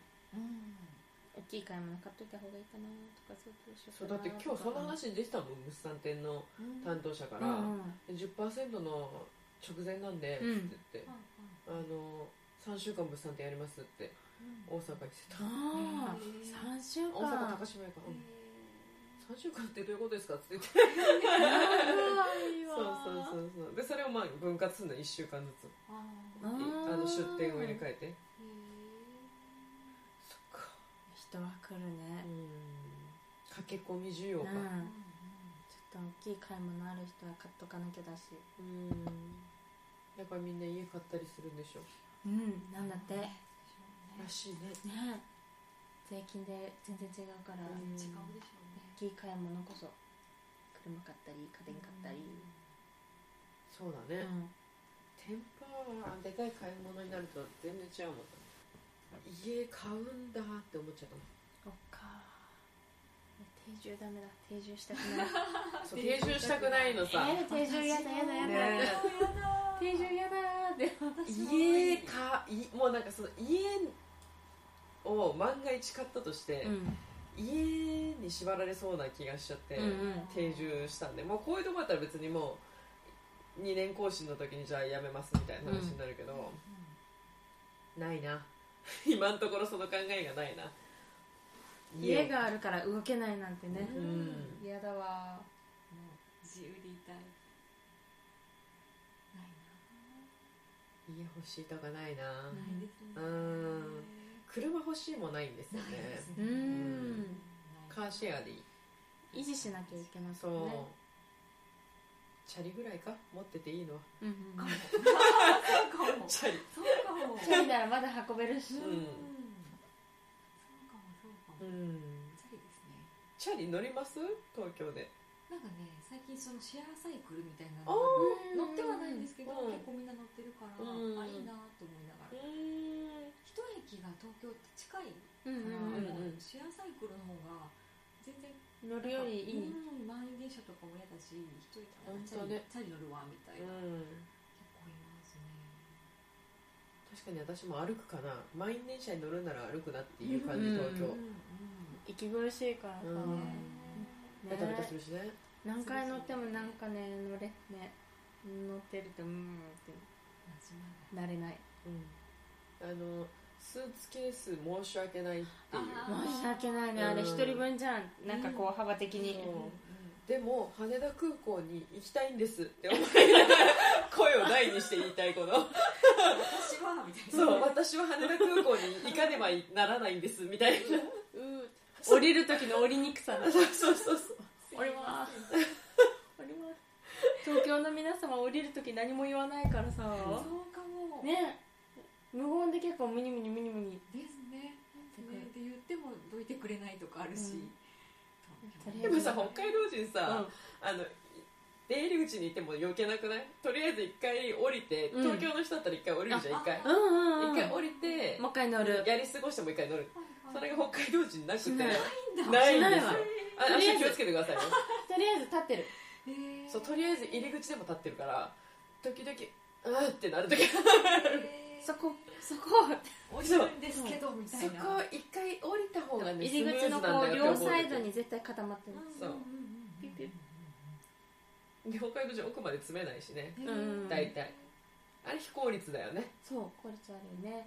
[SPEAKER 2] 大きい買い物買っといた方がいいかなとかそうどうしよ
[SPEAKER 3] そう
[SPEAKER 2] う
[SPEAKER 3] だ
[SPEAKER 2] か
[SPEAKER 3] って
[SPEAKER 2] な
[SPEAKER 3] 今日その
[SPEAKER 2] とか
[SPEAKER 3] 話でしたもん物産展の
[SPEAKER 1] うん
[SPEAKER 3] 担当者から、
[SPEAKER 2] うんうん
[SPEAKER 3] 10%の直前なんで、
[SPEAKER 2] うん
[SPEAKER 3] って言ってあの3週間物産展やりますって大阪行ってた
[SPEAKER 2] ああ
[SPEAKER 1] へー
[SPEAKER 2] 3週間
[SPEAKER 3] 大阪高島屋か、
[SPEAKER 1] うん
[SPEAKER 3] うん3週間ってどういうことですかって言って
[SPEAKER 2] 長い
[SPEAKER 3] そ
[SPEAKER 2] わ
[SPEAKER 3] うそうそうそうでそれをまあ分割するの1週間ずつ
[SPEAKER 1] あー
[SPEAKER 2] あ
[SPEAKER 1] へ
[SPEAKER 2] ー
[SPEAKER 3] あの出店を入れ替えて
[SPEAKER 1] ー
[SPEAKER 3] そっか
[SPEAKER 2] 人は来る
[SPEAKER 3] う
[SPEAKER 2] ね
[SPEAKER 3] ん駆け込み需要
[SPEAKER 2] うん
[SPEAKER 3] か
[SPEAKER 2] ちょっと大きい買い物ある人は買っとかなきゃだし
[SPEAKER 3] うんだからみんな家買ったりするんでしょ
[SPEAKER 2] うんなんだってね
[SPEAKER 3] らしいね
[SPEAKER 2] 税金で全然違うから、
[SPEAKER 3] う
[SPEAKER 1] 違
[SPEAKER 3] ん
[SPEAKER 1] うでしょうね
[SPEAKER 2] 大きい買い物こそ車買ったり家電買ったり
[SPEAKER 3] そうだ
[SPEAKER 2] う
[SPEAKER 3] ね、
[SPEAKER 2] ん
[SPEAKER 3] テンパはでかい買い物になると全然違うもん家買うんだって思っちゃったもん
[SPEAKER 2] そっか定住ダメだ定住したくない
[SPEAKER 3] そう定住したくないのさ、
[SPEAKER 2] えー定住やだやだやだ、
[SPEAKER 3] ね
[SPEAKER 2] 定住やだーって
[SPEAKER 3] 家かいもうなんかその家を万が一買ったとして、
[SPEAKER 2] うん
[SPEAKER 3] 家に縛られそうな気がしちゃって、
[SPEAKER 2] うんうん
[SPEAKER 3] 定住したんでもうこういうとこだったら別にもう2年更新の時にじゃあやめますみたいな話になるけど、ないな 今のところその考えがないな
[SPEAKER 2] 家があるから動けないなんてね
[SPEAKER 3] う、ん
[SPEAKER 2] 嫌だわ
[SPEAKER 1] もう自由でいたいないな
[SPEAKER 3] 家欲しいとかないな、
[SPEAKER 2] うん
[SPEAKER 1] ないですね
[SPEAKER 3] うん車欲しいもないんですよ
[SPEAKER 1] ないで
[SPEAKER 3] ね
[SPEAKER 1] す
[SPEAKER 2] う
[SPEAKER 1] ね
[SPEAKER 2] ん
[SPEAKER 3] カーシェアでいい
[SPEAKER 2] 維持しなきゃいけませ
[SPEAKER 3] そ
[SPEAKER 2] ん
[SPEAKER 3] う、
[SPEAKER 2] ね
[SPEAKER 3] チャリぐらいか持ってていいのは
[SPEAKER 2] うんうん
[SPEAKER 1] そ
[SPEAKER 2] うん
[SPEAKER 1] うかも
[SPEAKER 3] チャリ
[SPEAKER 1] そうかも
[SPEAKER 2] 一人ならまだ運べるし
[SPEAKER 1] うん
[SPEAKER 3] う
[SPEAKER 1] そ
[SPEAKER 3] ん
[SPEAKER 1] うかもそうかも
[SPEAKER 3] うん
[SPEAKER 1] チャリですね
[SPEAKER 3] チャリ乗ります東京で
[SPEAKER 1] なんかね最近そのシェアサイクルみたいな
[SPEAKER 3] あ
[SPEAKER 1] の
[SPEAKER 2] ー
[SPEAKER 1] 乗ってはないんですけど
[SPEAKER 3] うん
[SPEAKER 1] 結構みんな乗ってるからあ
[SPEAKER 3] うん
[SPEAKER 1] いいなと思いながら
[SPEAKER 3] う
[SPEAKER 1] 一駅が東京って近いか
[SPEAKER 2] うん
[SPEAKER 1] ら
[SPEAKER 2] うん
[SPEAKER 1] も
[SPEAKER 3] うんうん
[SPEAKER 1] うシェアサイクルの方が全然
[SPEAKER 2] うん乗るよりいい、
[SPEAKER 1] うん満員電車とかも嫌だし一人だった
[SPEAKER 3] 本
[SPEAKER 1] ら
[SPEAKER 3] 当ね
[SPEAKER 1] チャリチャリ乗るわみたい
[SPEAKER 3] ん、
[SPEAKER 1] な
[SPEAKER 3] うん、
[SPEAKER 1] 結構いますね
[SPEAKER 3] 確かに私も歩くかな満員電車に乗るなら歩くなっていう感じ
[SPEAKER 2] うん
[SPEAKER 3] 東京、
[SPEAKER 1] うん
[SPEAKER 2] 息苦しいからさ、
[SPEAKER 3] うん
[SPEAKER 1] うんね
[SPEAKER 3] ベタベタするしね
[SPEAKER 2] 何回乗ってもなんかね乗れね乗ってるとうーんっ
[SPEAKER 1] 馴染まない
[SPEAKER 2] てなれない
[SPEAKER 3] うんあのスーツケース申し訳ないっていう
[SPEAKER 1] あー
[SPEAKER 2] 申し訳ないねあれ
[SPEAKER 3] うん
[SPEAKER 2] 一人分じゃんなんかこう幅的に
[SPEAKER 3] そう
[SPEAKER 1] うん
[SPEAKER 3] でも羽田空港に行きたいんですって思いながら声を大にして言いたいこ の
[SPEAKER 1] 私はみたいな
[SPEAKER 3] そう私は羽田空港に行かねばならないんですみたいな
[SPEAKER 2] うー降りる時の降りにくさね
[SPEAKER 3] そうそうそうそう
[SPEAKER 2] 降ります降ります東京の皆様降りる時何も言わないからさ
[SPEAKER 1] そうかも
[SPEAKER 2] ね無言で結構ムニムニムニムニ
[SPEAKER 1] ですねねって言ってもどいてくれないとかあるし、
[SPEAKER 2] うん
[SPEAKER 1] と
[SPEAKER 3] でもさ北海道人
[SPEAKER 2] う
[SPEAKER 3] さ、あの出入り口にいても余計なくないとりあえず一回降りて東京の人だったら一回降りるじゃ
[SPEAKER 1] うん
[SPEAKER 3] ん一回
[SPEAKER 2] んうんうんうん
[SPEAKER 3] 一回降りて
[SPEAKER 2] もう一回乗る
[SPEAKER 3] やり過ごしてもう一回乗るそれが
[SPEAKER 1] 北
[SPEAKER 3] 北海道人なくて
[SPEAKER 2] しない
[SPEAKER 3] ないん
[SPEAKER 2] しな
[SPEAKER 3] で
[SPEAKER 2] い
[SPEAKER 3] すよ
[SPEAKER 2] わ
[SPEAKER 3] あ
[SPEAKER 2] とりあえ
[SPEAKER 3] 足
[SPEAKER 2] ず
[SPEAKER 3] 気をつけてくださいよ
[SPEAKER 2] とりあえず立ってる
[SPEAKER 1] えー、
[SPEAKER 3] そうとりあえず入り口でも立ってるから時々あーってなる時
[SPEAKER 1] えー
[SPEAKER 2] そこ そこ
[SPEAKER 1] 降りるんですけどみたい
[SPEAKER 3] そこ
[SPEAKER 1] な
[SPEAKER 3] 一回降りた方がね
[SPEAKER 2] 入り口のこ
[SPEAKER 3] スムーズ
[SPEAKER 2] う
[SPEAKER 3] なんだ
[SPEAKER 2] 両
[SPEAKER 3] よって思う
[SPEAKER 2] サイドに絶対固まってる
[SPEAKER 3] そう
[SPEAKER 1] ピッピッ
[SPEAKER 3] で北海道人奥まで詰めないしね
[SPEAKER 2] うん
[SPEAKER 3] 大体あれ非効率だよね
[SPEAKER 2] そう効率悪いね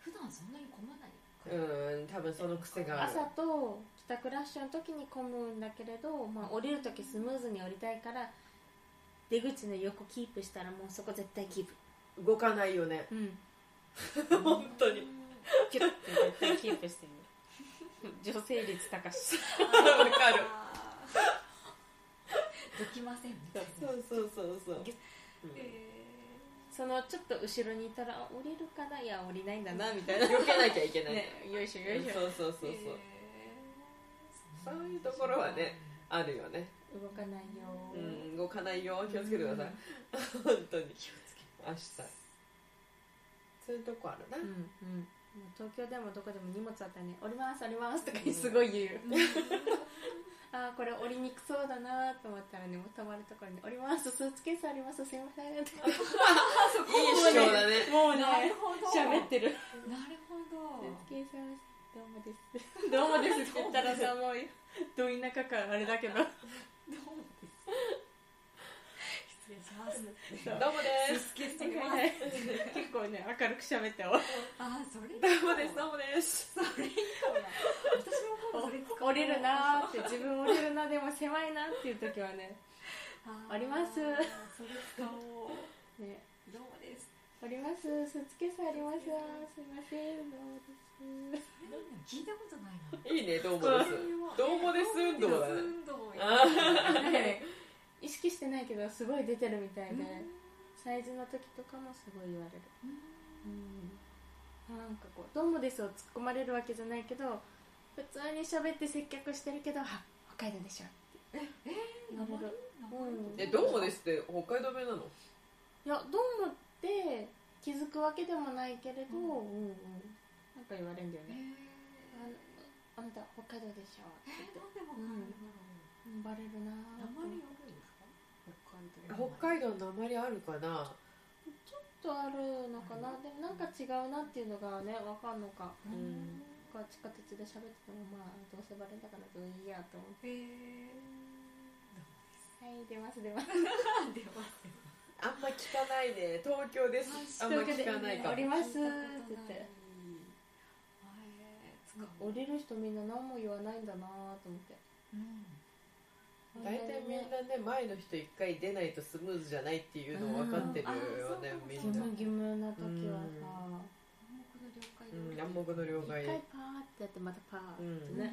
[SPEAKER 1] 普段そんなに混まないから
[SPEAKER 3] うん多分その癖がある
[SPEAKER 2] 朝と帰宅ラッシュの時に混むんだけれど、まあ、降りる時スムーズに降りたいから出口の横キープしたらもうそこ絶対キープ
[SPEAKER 3] 動かないよね
[SPEAKER 2] うん
[SPEAKER 3] 本当に
[SPEAKER 2] キュッて絶対キープしてる女性率高し
[SPEAKER 1] わ
[SPEAKER 3] わかる
[SPEAKER 1] できませんみたい
[SPEAKER 3] そ
[SPEAKER 1] な
[SPEAKER 3] うそうそうそう
[SPEAKER 2] ぎゅ
[SPEAKER 3] うん
[SPEAKER 2] そのちょっと後ろにいたらあ降りるかないや降りないんだなみたいな
[SPEAKER 3] 避けなきゃいけない
[SPEAKER 2] ねよいしょよいしょ
[SPEAKER 3] そうそうそうそうそういうところはねあるよね
[SPEAKER 2] 動かないよ
[SPEAKER 3] う
[SPEAKER 2] ー、
[SPEAKER 3] ん動かないよ気をつけてください本当に
[SPEAKER 1] 気をつけ
[SPEAKER 3] 明日そういうとこあるな
[SPEAKER 2] うんうんもう東京でもどこでも荷物あったらね「降ります降ります」とかにすごい言う、
[SPEAKER 1] て
[SPEAKER 2] あーこれ折りにくそうだなと思ったらねもうたまるところに「折りますスーツケースありますすいません」って
[SPEAKER 3] 主張だね
[SPEAKER 2] もうね
[SPEAKER 1] なるほど
[SPEAKER 2] 喋ってる
[SPEAKER 1] なるほど
[SPEAKER 2] スーツケースありますどうもです どうもですって言ったらさもうど田舎感あれだけど
[SPEAKER 1] どうもです失礼します
[SPEAKER 2] そう
[SPEAKER 3] どうもです
[SPEAKER 1] スケして
[SPEAKER 2] 結
[SPEAKER 1] きます
[SPEAKER 2] 構ね明るく喋ってよ
[SPEAKER 1] あーそれいい
[SPEAKER 3] どうもですどうもです
[SPEAKER 1] それいいかも私も今度それ使おう
[SPEAKER 2] 折れるなーって自分折れるなでも狭いなっていう時はね
[SPEAKER 1] ー
[SPEAKER 2] あります
[SPEAKER 1] それ使おう
[SPEAKER 2] ね
[SPEAKER 1] どうもです
[SPEAKER 2] ありますスーツケースありますすいませんどうもです
[SPEAKER 1] 聞いたことないない
[SPEAKER 3] いねどうもですどうもです運動だね
[SPEAKER 1] 運動
[SPEAKER 3] あ
[SPEAKER 2] なんかね意識してないけどすごい出てるみたいで、サイズの時とかもすごい言われるうんなんかこう「どうもです」を突っ込まれるわけじゃないけど普通に喋って接客してるけど「あ北海道でしょ」
[SPEAKER 1] なるほど
[SPEAKER 2] うん
[SPEAKER 3] えどうもですって北海道弁なの
[SPEAKER 2] いや「どうも」って気づくわけでもないけれど、
[SPEAKER 1] うん
[SPEAKER 2] うんうんなんか言われるんだよ
[SPEAKER 1] えー
[SPEAKER 2] ね「あんた北海道でしょ」
[SPEAKER 1] え
[SPEAKER 2] って
[SPEAKER 1] ー
[SPEAKER 2] 言っ
[SPEAKER 1] なんでもなるだろう
[SPEAKER 2] てうんバレるな
[SPEAKER 1] 名
[SPEAKER 2] ぁ
[SPEAKER 1] 前
[SPEAKER 2] ち
[SPEAKER 1] あるんですか北海道
[SPEAKER 3] 北海道の訛りあるかな
[SPEAKER 2] ょっとあるのかな、
[SPEAKER 1] うん
[SPEAKER 2] でもなんか違うなっていうのがねわかんのか
[SPEAKER 1] う
[SPEAKER 3] うんん
[SPEAKER 2] なんか地下鉄で喋っててもまあどうせバレたからどういいやと思っ
[SPEAKER 1] えー
[SPEAKER 2] て「はい出ます出ます」
[SPEAKER 1] なんでわかんない
[SPEAKER 3] あんま聞かないね東京ですあんま聞かないか
[SPEAKER 2] お
[SPEAKER 3] も
[SPEAKER 2] りますって
[SPEAKER 1] 聞い
[SPEAKER 2] 言
[SPEAKER 1] たことな
[SPEAKER 2] っ
[SPEAKER 1] い
[SPEAKER 2] て
[SPEAKER 1] あえー使お
[SPEAKER 2] 降
[SPEAKER 1] う
[SPEAKER 2] りる人みんな何も言わないんだなと思って
[SPEAKER 1] うん
[SPEAKER 3] 大体みんなね前の人一回出ないとスムーズじゃないっていうの分かってるよね
[SPEAKER 1] うんあ
[SPEAKER 3] み
[SPEAKER 1] ー
[SPEAKER 2] ギ
[SPEAKER 1] そうん
[SPEAKER 3] な
[SPEAKER 1] か
[SPEAKER 2] ムギムな時はさ
[SPEAKER 1] 暗黙
[SPEAKER 3] うん
[SPEAKER 1] の了解で
[SPEAKER 2] 一
[SPEAKER 3] 暗黙の了解
[SPEAKER 2] 回パーってやってまたパーってね、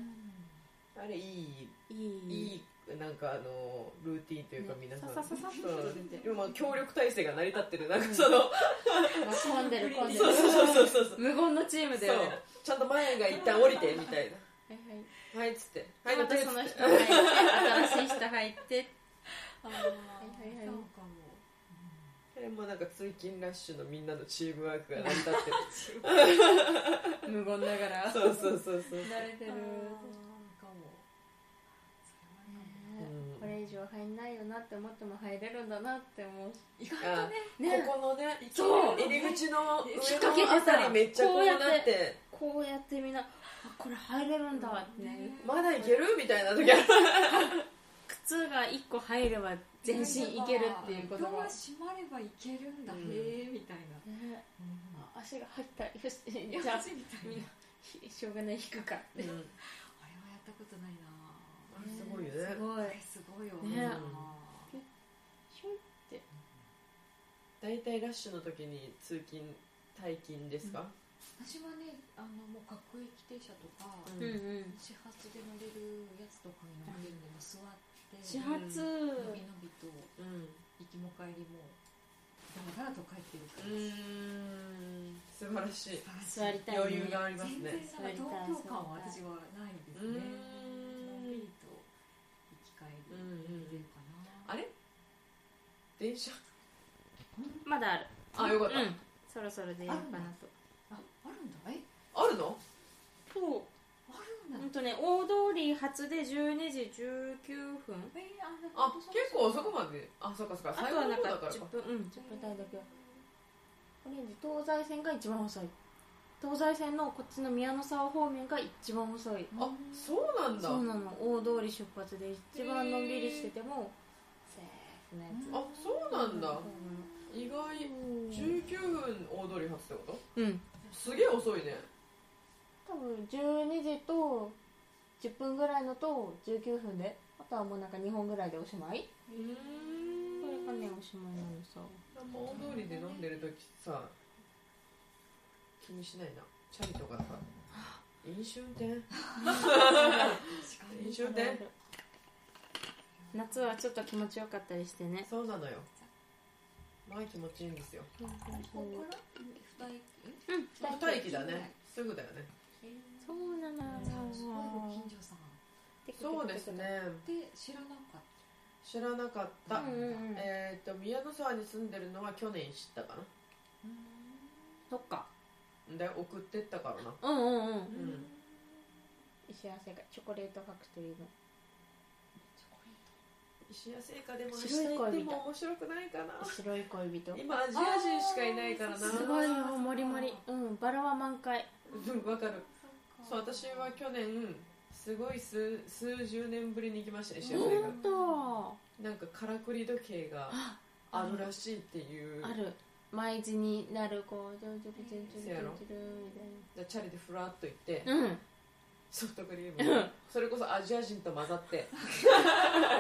[SPEAKER 3] あれいい
[SPEAKER 2] いい
[SPEAKER 3] いいなんかあのルーティンというか皆さん
[SPEAKER 2] ささささっと出て
[SPEAKER 3] でもまあ協力体制が成り立ってるなんかその
[SPEAKER 2] 混んでる混んでる
[SPEAKER 3] そうそうそう そうそうそう
[SPEAKER 2] 無言のチームだよね
[SPEAKER 3] ちゃんと前が一旦降りてみたい
[SPEAKER 2] はいはい
[SPEAKER 3] なはいっつってはい
[SPEAKER 2] ま
[SPEAKER 3] ま
[SPEAKER 2] た
[SPEAKER 3] た
[SPEAKER 2] その人入って新しい人入って
[SPEAKER 1] あー
[SPEAKER 2] いはいはい
[SPEAKER 1] そうかも
[SPEAKER 3] それもなんか通勤ラッシュのみんなのチームワークが成り 立ってる
[SPEAKER 2] 無言ながら
[SPEAKER 3] そうそうそうそう
[SPEAKER 2] 慣れてる
[SPEAKER 1] あーかもそれはね
[SPEAKER 3] うん
[SPEAKER 2] これ以上入んないよなって思っても入れるんだなって思う
[SPEAKER 1] 意外とね
[SPEAKER 2] ね
[SPEAKER 3] ここのね
[SPEAKER 2] そう
[SPEAKER 3] 入り口の上
[SPEAKER 1] 引っ
[SPEAKER 2] 掛けて
[SPEAKER 3] の
[SPEAKER 2] さ
[SPEAKER 3] あたりめっちゃこうな
[SPEAKER 2] こうや
[SPEAKER 3] っ
[SPEAKER 2] ってこうやってみんなあこれ入れるんだってね
[SPEAKER 3] まだいけるみたいな時ある
[SPEAKER 2] 靴が1個入れば全身いけるっていうこと
[SPEAKER 1] ド
[SPEAKER 2] が
[SPEAKER 1] ア、閉まればいけるんだ、
[SPEAKER 3] うん
[SPEAKER 1] へえみたいな、
[SPEAKER 2] ね、
[SPEAKER 1] うん、
[SPEAKER 2] あ足が入ったよし
[SPEAKER 1] い
[SPEAKER 2] じ
[SPEAKER 1] や
[SPEAKER 2] ゃあ
[SPEAKER 1] マジみたい
[SPEAKER 2] みん
[SPEAKER 1] な
[SPEAKER 2] なひしょうがない引くかって、ね
[SPEAKER 1] あれはやったことないな
[SPEAKER 3] あれすごいよ
[SPEAKER 2] す
[SPEAKER 3] ね
[SPEAKER 2] ごい
[SPEAKER 1] あれすごいよ
[SPEAKER 2] ね
[SPEAKER 1] うん
[SPEAKER 2] ひょいって
[SPEAKER 3] 大体ラッシュの時に通勤退勤ですか
[SPEAKER 1] 私はねあのもう各駅停車とか、
[SPEAKER 3] うん
[SPEAKER 2] うんうん
[SPEAKER 1] 始発で乗れるやつとかに乗れるのも座って
[SPEAKER 2] 始発、
[SPEAKER 1] のびのびと
[SPEAKER 3] うん
[SPEAKER 1] 行きも帰りもだらだらと帰ってるから、
[SPEAKER 3] ん素晴らしい
[SPEAKER 1] 素
[SPEAKER 2] 座
[SPEAKER 1] 晴らしい
[SPEAKER 2] りたい、ね、
[SPEAKER 3] 余裕があります
[SPEAKER 1] 全然
[SPEAKER 3] ね
[SPEAKER 1] さ東京感は私はないですね
[SPEAKER 3] うん
[SPEAKER 1] のんびりと行き帰りできるかな、
[SPEAKER 3] あれ電車
[SPEAKER 2] まだある
[SPEAKER 3] あよかった
[SPEAKER 2] うんそろそろでやるかなと
[SPEAKER 1] ああるんだえ
[SPEAKER 3] あるの
[SPEAKER 2] そう
[SPEAKER 1] あるんだ
[SPEAKER 2] ほんとね大通り発で12時19分
[SPEAKER 1] えーあなんか
[SPEAKER 3] あ
[SPEAKER 1] 本当
[SPEAKER 3] 結構そこまであそうかそう
[SPEAKER 2] あ
[SPEAKER 3] か最
[SPEAKER 2] と
[SPEAKER 3] 後
[SPEAKER 2] は
[SPEAKER 3] の
[SPEAKER 2] なん
[SPEAKER 3] 方だ
[SPEAKER 2] か
[SPEAKER 3] から
[SPEAKER 2] 10
[SPEAKER 3] か
[SPEAKER 2] 分うん10分台だけオレンジ東西線が一番遅い東西線のこっちの宮の沢方面が一番遅い
[SPEAKER 3] あそうなんだ
[SPEAKER 2] そうなの大通り出発で一番のんびりしててもセーフなやつ
[SPEAKER 3] あそうなんだ
[SPEAKER 2] う
[SPEAKER 3] 意外
[SPEAKER 2] ん
[SPEAKER 3] 19分大通り発ってこと
[SPEAKER 2] うん
[SPEAKER 3] すげえ遅いね
[SPEAKER 2] 多分12時と10分ぐらいのと19分であとはもうなんか2本ぐらいでおしまいこれがねおしまいなのさ
[SPEAKER 3] あんま大通りで飲んでる時さ気にしないなチャリとかさ飲酒運転
[SPEAKER 1] 確かに
[SPEAKER 3] 飲酒運転
[SPEAKER 2] 夏はちょっと気持ちよかったりしてね
[SPEAKER 3] そうなのよ前気持ちいいんですよ
[SPEAKER 1] ここから二駅え
[SPEAKER 2] うん
[SPEAKER 3] 二駅だねすぐだよね
[SPEAKER 1] え
[SPEAKER 2] そうなのよ
[SPEAKER 1] ーすごいご近所さん
[SPEAKER 3] そうですね
[SPEAKER 1] で知らなかった
[SPEAKER 3] 知らなかった、
[SPEAKER 2] うんうんうん
[SPEAKER 3] えっ、と宮の沢に住んでるのは去年知ったか
[SPEAKER 2] そっか
[SPEAKER 3] なで送ってったからな
[SPEAKER 2] うんうんうん
[SPEAKER 3] うん
[SPEAKER 2] 石汗がチョコレートファクトリーの
[SPEAKER 3] 石屋製菓でも
[SPEAKER 2] 白い
[SPEAKER 3] 明日行って
[SPEAKER 2] 恋人
[SPEAKER 3] も面白くないかな
[SPEAKER 2] 白い恋人
[SPEAKER 3] 今アジア人しかいないからな
[SPEAKER 2] すごいよもりもりうんバラは満開
[SPEAKER 3] うんわかるそう私は去年すごい数数十年ぶりに行きました石屋製
[SPEAKER 1] う
[SPEAKER 3] 菓
[SPEAKER 1] ん
[SPEAKER 2] 本当
[SPEAKER 3] なんかからくり時計があるらしいっていう
[SPEAKER 2] ある毎時になるこうジュルジュルジュルジュルジュルジュル
[SPEAKER 3] じゃあチャリでふらっと行って、
[SPEAKER 2] みたいなうん
[SPEAKER 3] ソフトクリーム
[SPEAKER 2] うん
[SPEAKER 3] それこそアジア人と混ざって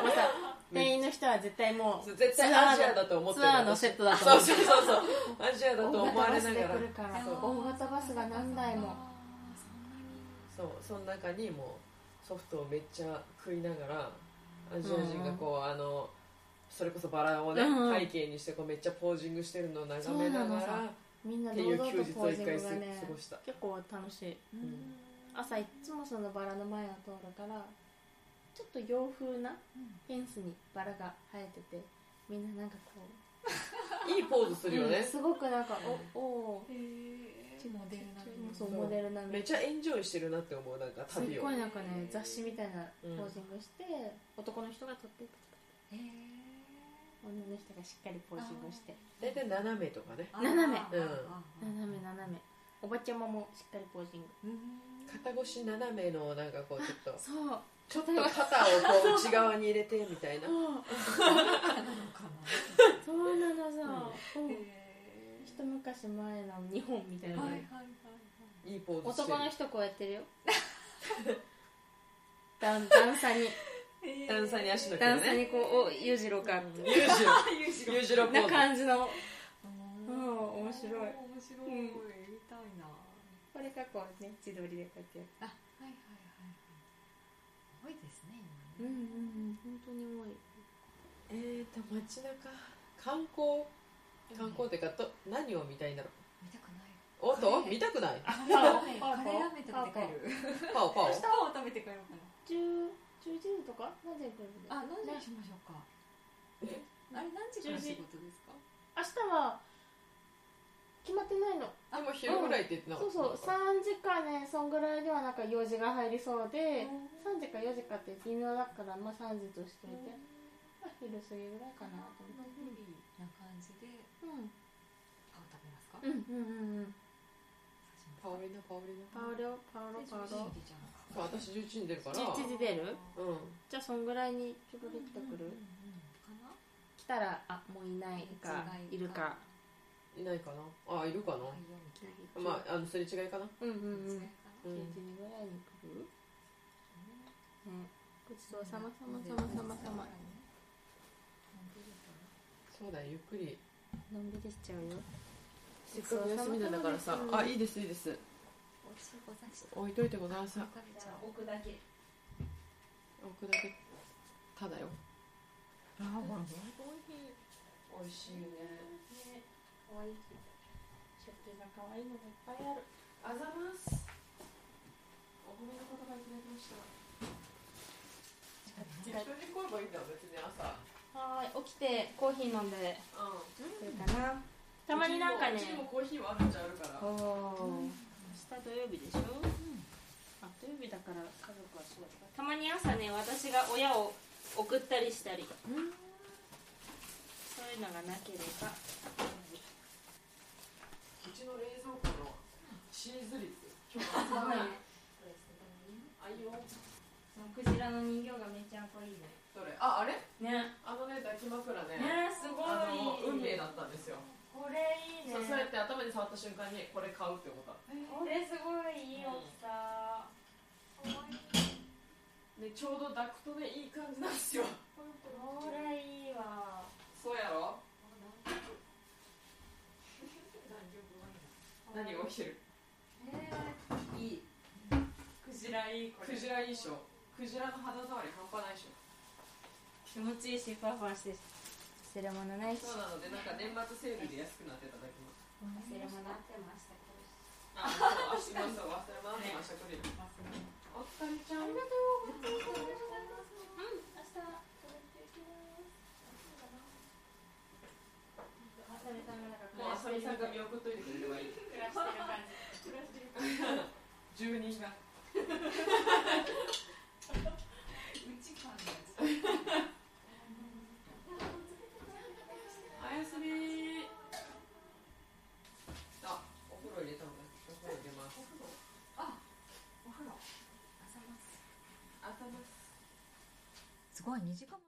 [SPEAKER 2] もうさ店員の人は絶対もう
[SPEAKER 3] 絶対アジアだと思ってる
[SPEAKER 2] ツアーのセットだと
[SPEAKER 3] そ
[SPEAKER 2] 思
[SPEAKER 3] う
[SPEAKER 2] う
[SPEAKER 3] そうそうそうアジアだ
[SPEAKER 2] 大
[SPEAKER 3] と思
[SPEAKER 2] 型
[SPEAKER 3] わ
[SPEAKER 2] バ
[SPEAKER 3] れ
[SPEAKER 2] ス
[SPEAKER 3] な
[SPEAKER 2] で
[SPEAKER 3] がら
[SPEAKER 2] 来るから
[SPEAKER 3] そう
[SPEAKER 2] 大型バスが何台も
[SPEAKER 1] あーそんなに
[SPEAKER 3] そうその中にもうソフトをめっちゃ食いながらアジア人がこう、あのそれこそバラをね、
[SPEAKER 2] うんうん
[SPEAKER 3] 背景にしてこうめっちゃポージングしてるのを眺めな
[SPEAKER 2] そうな
[SPEAKER 3] が
[SPEAKER 2] のさ
[SPEAKER 3] ら
[SPEAKER 2] みんな
[SPEAKER 3] って
[SPEAKER 2] 堂
[SPEAKER 3] いう
[SPEAKER 2] 々
[SPEAKER 3] 休
[SPEAKER 2] と
[SPEAKER 3] 日
[SPEAKER 2] ポ
[SPEAKER 3] を
[SPEAKER 2] ー
[SPEAKER 3] 一
[SPEAKER 2] ジン
[SPEAKER 3] 回
[SPEAKER 2] グ
[SPEAKER 3] す
[SPEAKER 2] がね
[SPEAKER 3] 過ごした
[SPEAKER 2] 結構楽しい
[SPEAKER 3] ん
[SPEAKER 2] 朝いっつもそのバラの前を通るからちょっと洋風な
[SPEAKER 1] うん
[SPEAKER 2] フェンスにバラが生えててみんななんかこ
[SPEAKER 3] いいポーズす
[SPEAKER 2] う、
[SPEAKER 3] るよ
[SPEAKER 2] うん
[SPEAKER 3] ね、
[SPEAKER 2] すごくなんかおお
[SPEAKER 1] へーモデルなのに
[SPEAKER 2] そう
[SPEAKER 3] そう
[SPEAKER 2] モデルなの
[SPEAKER 3] めっちゃエンジョイしてるなって思うなんか
[SPEAKER 2] すっ
[SPEAKER 3] 旅を
[SPEAKER 2] ごいなんかね雑誌みたいなポ
[SPEAKER 3] うん
[SPEAKER 2] ージングして、男の人が撮って
[SPEAKER 1] へー
[SPEAKER 2] 女の人がしっかりポージングして
[SPEAKER 3] 大体斜めとかね
[SPEAKER 1] あー
[SPEAKER 2] 斜め
[SPEAKER 1] あーあー
[SPEAKER 2] 斜め斜めおばちゃまもしっかりポージング
[SPEAKER 1] うん
[SPEAKER 3] 肩越し斜めのなんか こうちょっと
[SPEAKER 2] そう
[SPEAKER 3] ちょっと肩をこう内側に入れてみたいな
[SPEAKER 1] なのかな
[SPEAKER 2] そうなのさ、うん
[SPEAKER 1] へー
[SPEAKER 2] 一昔前の日本みたいな、
[SPEAKER 1] はいはいはい
[SPEAKER 3] いいポーズして
[SPEAKER 2] 男
[SPEAKER 3] る
[SPEAKER 2] の人こうやって るよ段段差に
[SPEAKER 1] はいへー
[SPEAKER 3] 段差に足の毛を
[SPEAKER 2] 段差
[SPEAKER 3] ね
[SPEAKER 2] にこうお裕次郎かって
[SPEAKER 3] 裕 次郎
[SPEAKER 1] あ裕次郎
[SPEAKER 3] 裕次郎ポ
[SPEAKER 2] な
[SPEAKER 3] ーズ
[SPEAKER 2] 感じの
[SPEAKER 1] うん
[SPEAKER 2] うん面白い
[SPEAKER 1] 面白い、
[SPEAKER 2] うん
[SPEAKER 1] 見たいな
[SPEAKER 2] これがこうね自撮りでこうやってやる
[SPEAKER 1] あはいはいはいはい多いですね
[SPEAKER 2] う
[SPEAKER 1] 今
[SPEAKER 2] んう
[SPEAKER 1] ね、
[SPEAKER 2] んうん本当に多い
[SPEAKER 3] えーと街中観光観光っていうかと何を見たいんだろ
[SPEAKER 1] 見たくないう
[SPEAKER 3] おっと
[SPEAKER 1] はい
[SPEAKER 3] 見たくない
[SPEAKER 1] カレーラーメンカレーラーメン食べて帰る
[SPEAKER 3] パオパオ
[SPEAKER 1] 明日は食べて帰ろうか
[SPEAKER 2] 10 11時とか何時に来るの
[SPEAKER 1] なあ何時にしましょうか
[SPEAKER 3] え
[SPEAKER 1] あれ何時から仕事ですか
[SPEAKER 2] 明日は決まってないの
[SPEAKER 3] でも昼ぐらいって言ってなか
[SPEAKER 2] そ
[SPEAKER 3] っ
[SPEAKER 2] う
[SPEAKER 3] た
[SPEAKER 2] そう3時かねそんぐらいではなんか用事が入りそうで3時か4時かって微妙だからまあ3時としといて、まあ、昼過ぎぐらいか
[SPEAKER 1] か
[SPEAKER 2] な
[SPEAKER 1] な
[SPEAKER 2] と
[SPEAKER 1] と
[SPEAKER 2] 思
[SPEAKER 1] 思
[SPEAKER 2] っ
[SPEAKER 1] っててな感じで
[SPEAKER 2] うん
[SPEAKER 1] パン食べますか
[SPEAKER 2] うんうんうんうん
[SPEAKER 3] パオリナパオリ
[SPEAKER 2] パウロパウロパウロ
[SPEAKER 3] ナそう私11時に出るから
[SPEAKER 2] 11時出る
[SPEAKER 3] うん
[SPEAKER 2] じゃあそんぐらいにちょろりと来る、
[SPEAKER 1] かな
[SPEAKER 2] 来たらあもういないかいるか
[SPEAKER 3] いないかなあいるか
[SPEAKER 1] はい
[SPEAKER 3] な
[SPEAKER 1] よみたいな
[SPEAKER 3] まああのすれ違いかな
[SPEAKER 2] うんうんうん
[SPEAKER 1] うん
[SPEAKER 2] 11
[SPEAKER 3] うん
[SPEAKER 2] 時ぐらいに来るねごちそうさまさまさまさまさま
[SPEAKER 3] そうだよゆっくり
[SPEAKER 2] のんびりしちゃうよ
[SPEAKER 3] せっかく休みなんだからさ
[SPEAKER 2] うん
[SPEAKER 3] あいいですいいです
[SPEAKER 1] おいしいござし
[SPEAKER 3] 置いといてございません
[SPEAKER 1] 食べちゃおう
[SPEAKER 2] 奥だけ
[SPEAKER 3] 置くだけただよああほらすごい美味しいね
[SPEAKER 2] ね可愛い食器が可愛いのがいっぱいある
[SPEAKER 3] あざますお米の言葉いただきました適当に来ればいいんだ別に
[SPEAKER 2] は
[SPEAKER 3] 朝
[SPEAKER 2] ーい起きてコーヒー飲んで
[SPEAKER 3] うん
[SPEAKER 2] くるかなたまになんかね
[SPEAKER 3] うちにもコーヒーはあるっちゃあるから
[SPEAKER 2] おお明日土曜日でしょ、あ土曜日だから家族は仕事かたまに朝ね私が親を送ったりしたりそういうのがなければ
[SPEAKER 3] うちの冷蔵庫のシーズ率今
[SPEAKER 2] す
[SPEAKER 3] 日
[SPEAKER 2] ごいね
[SPEAKER 3] あいいよ
[SPEAKER 2] そのクジラの人形がめちゃかいいね
[SPEAKER 3] どれああれ
[SPEAKER 2] ね
[SPEAKER 3] あのね抱き枕ね
[SPEAKER 2] ねすご
[SPEAKER 3] あの
[SPEAKER 2] い
[SPEAKER 3] 運命だったんですよ
[SPEAKER 2] これいいね
[SPEAKER 3] そうそうやって頭に触った瞬間にこれ買うって思った
[SPEAKER 2] これすごいいい大きさ
[SPEAKER 3] でちょうど抱くとねいい感じなんですよ
[SPEAKER 2] これいいわ
[SPEAKER 3] そうやろ何が起きてる
[SPEAKER 2] えー、いいクジラいいこ
[SPEAKER 3] クジラいいっしょクジラの肌触り半端ないっしょ
[SPEAKER 2] 気持ちいいしパワパワして忘れ物ないし
[SPEAKER 3] そうなのでなんか年末セールで安くなってただけの
[SPEAKER 2] 忘れ物
[SPEAKER 3] あそう忘れます忘れます明日来るよお疲れちゃんありがともうあさみさんが見送っといてくれればいい住人が
[SPEAKER 1] うごい2時間も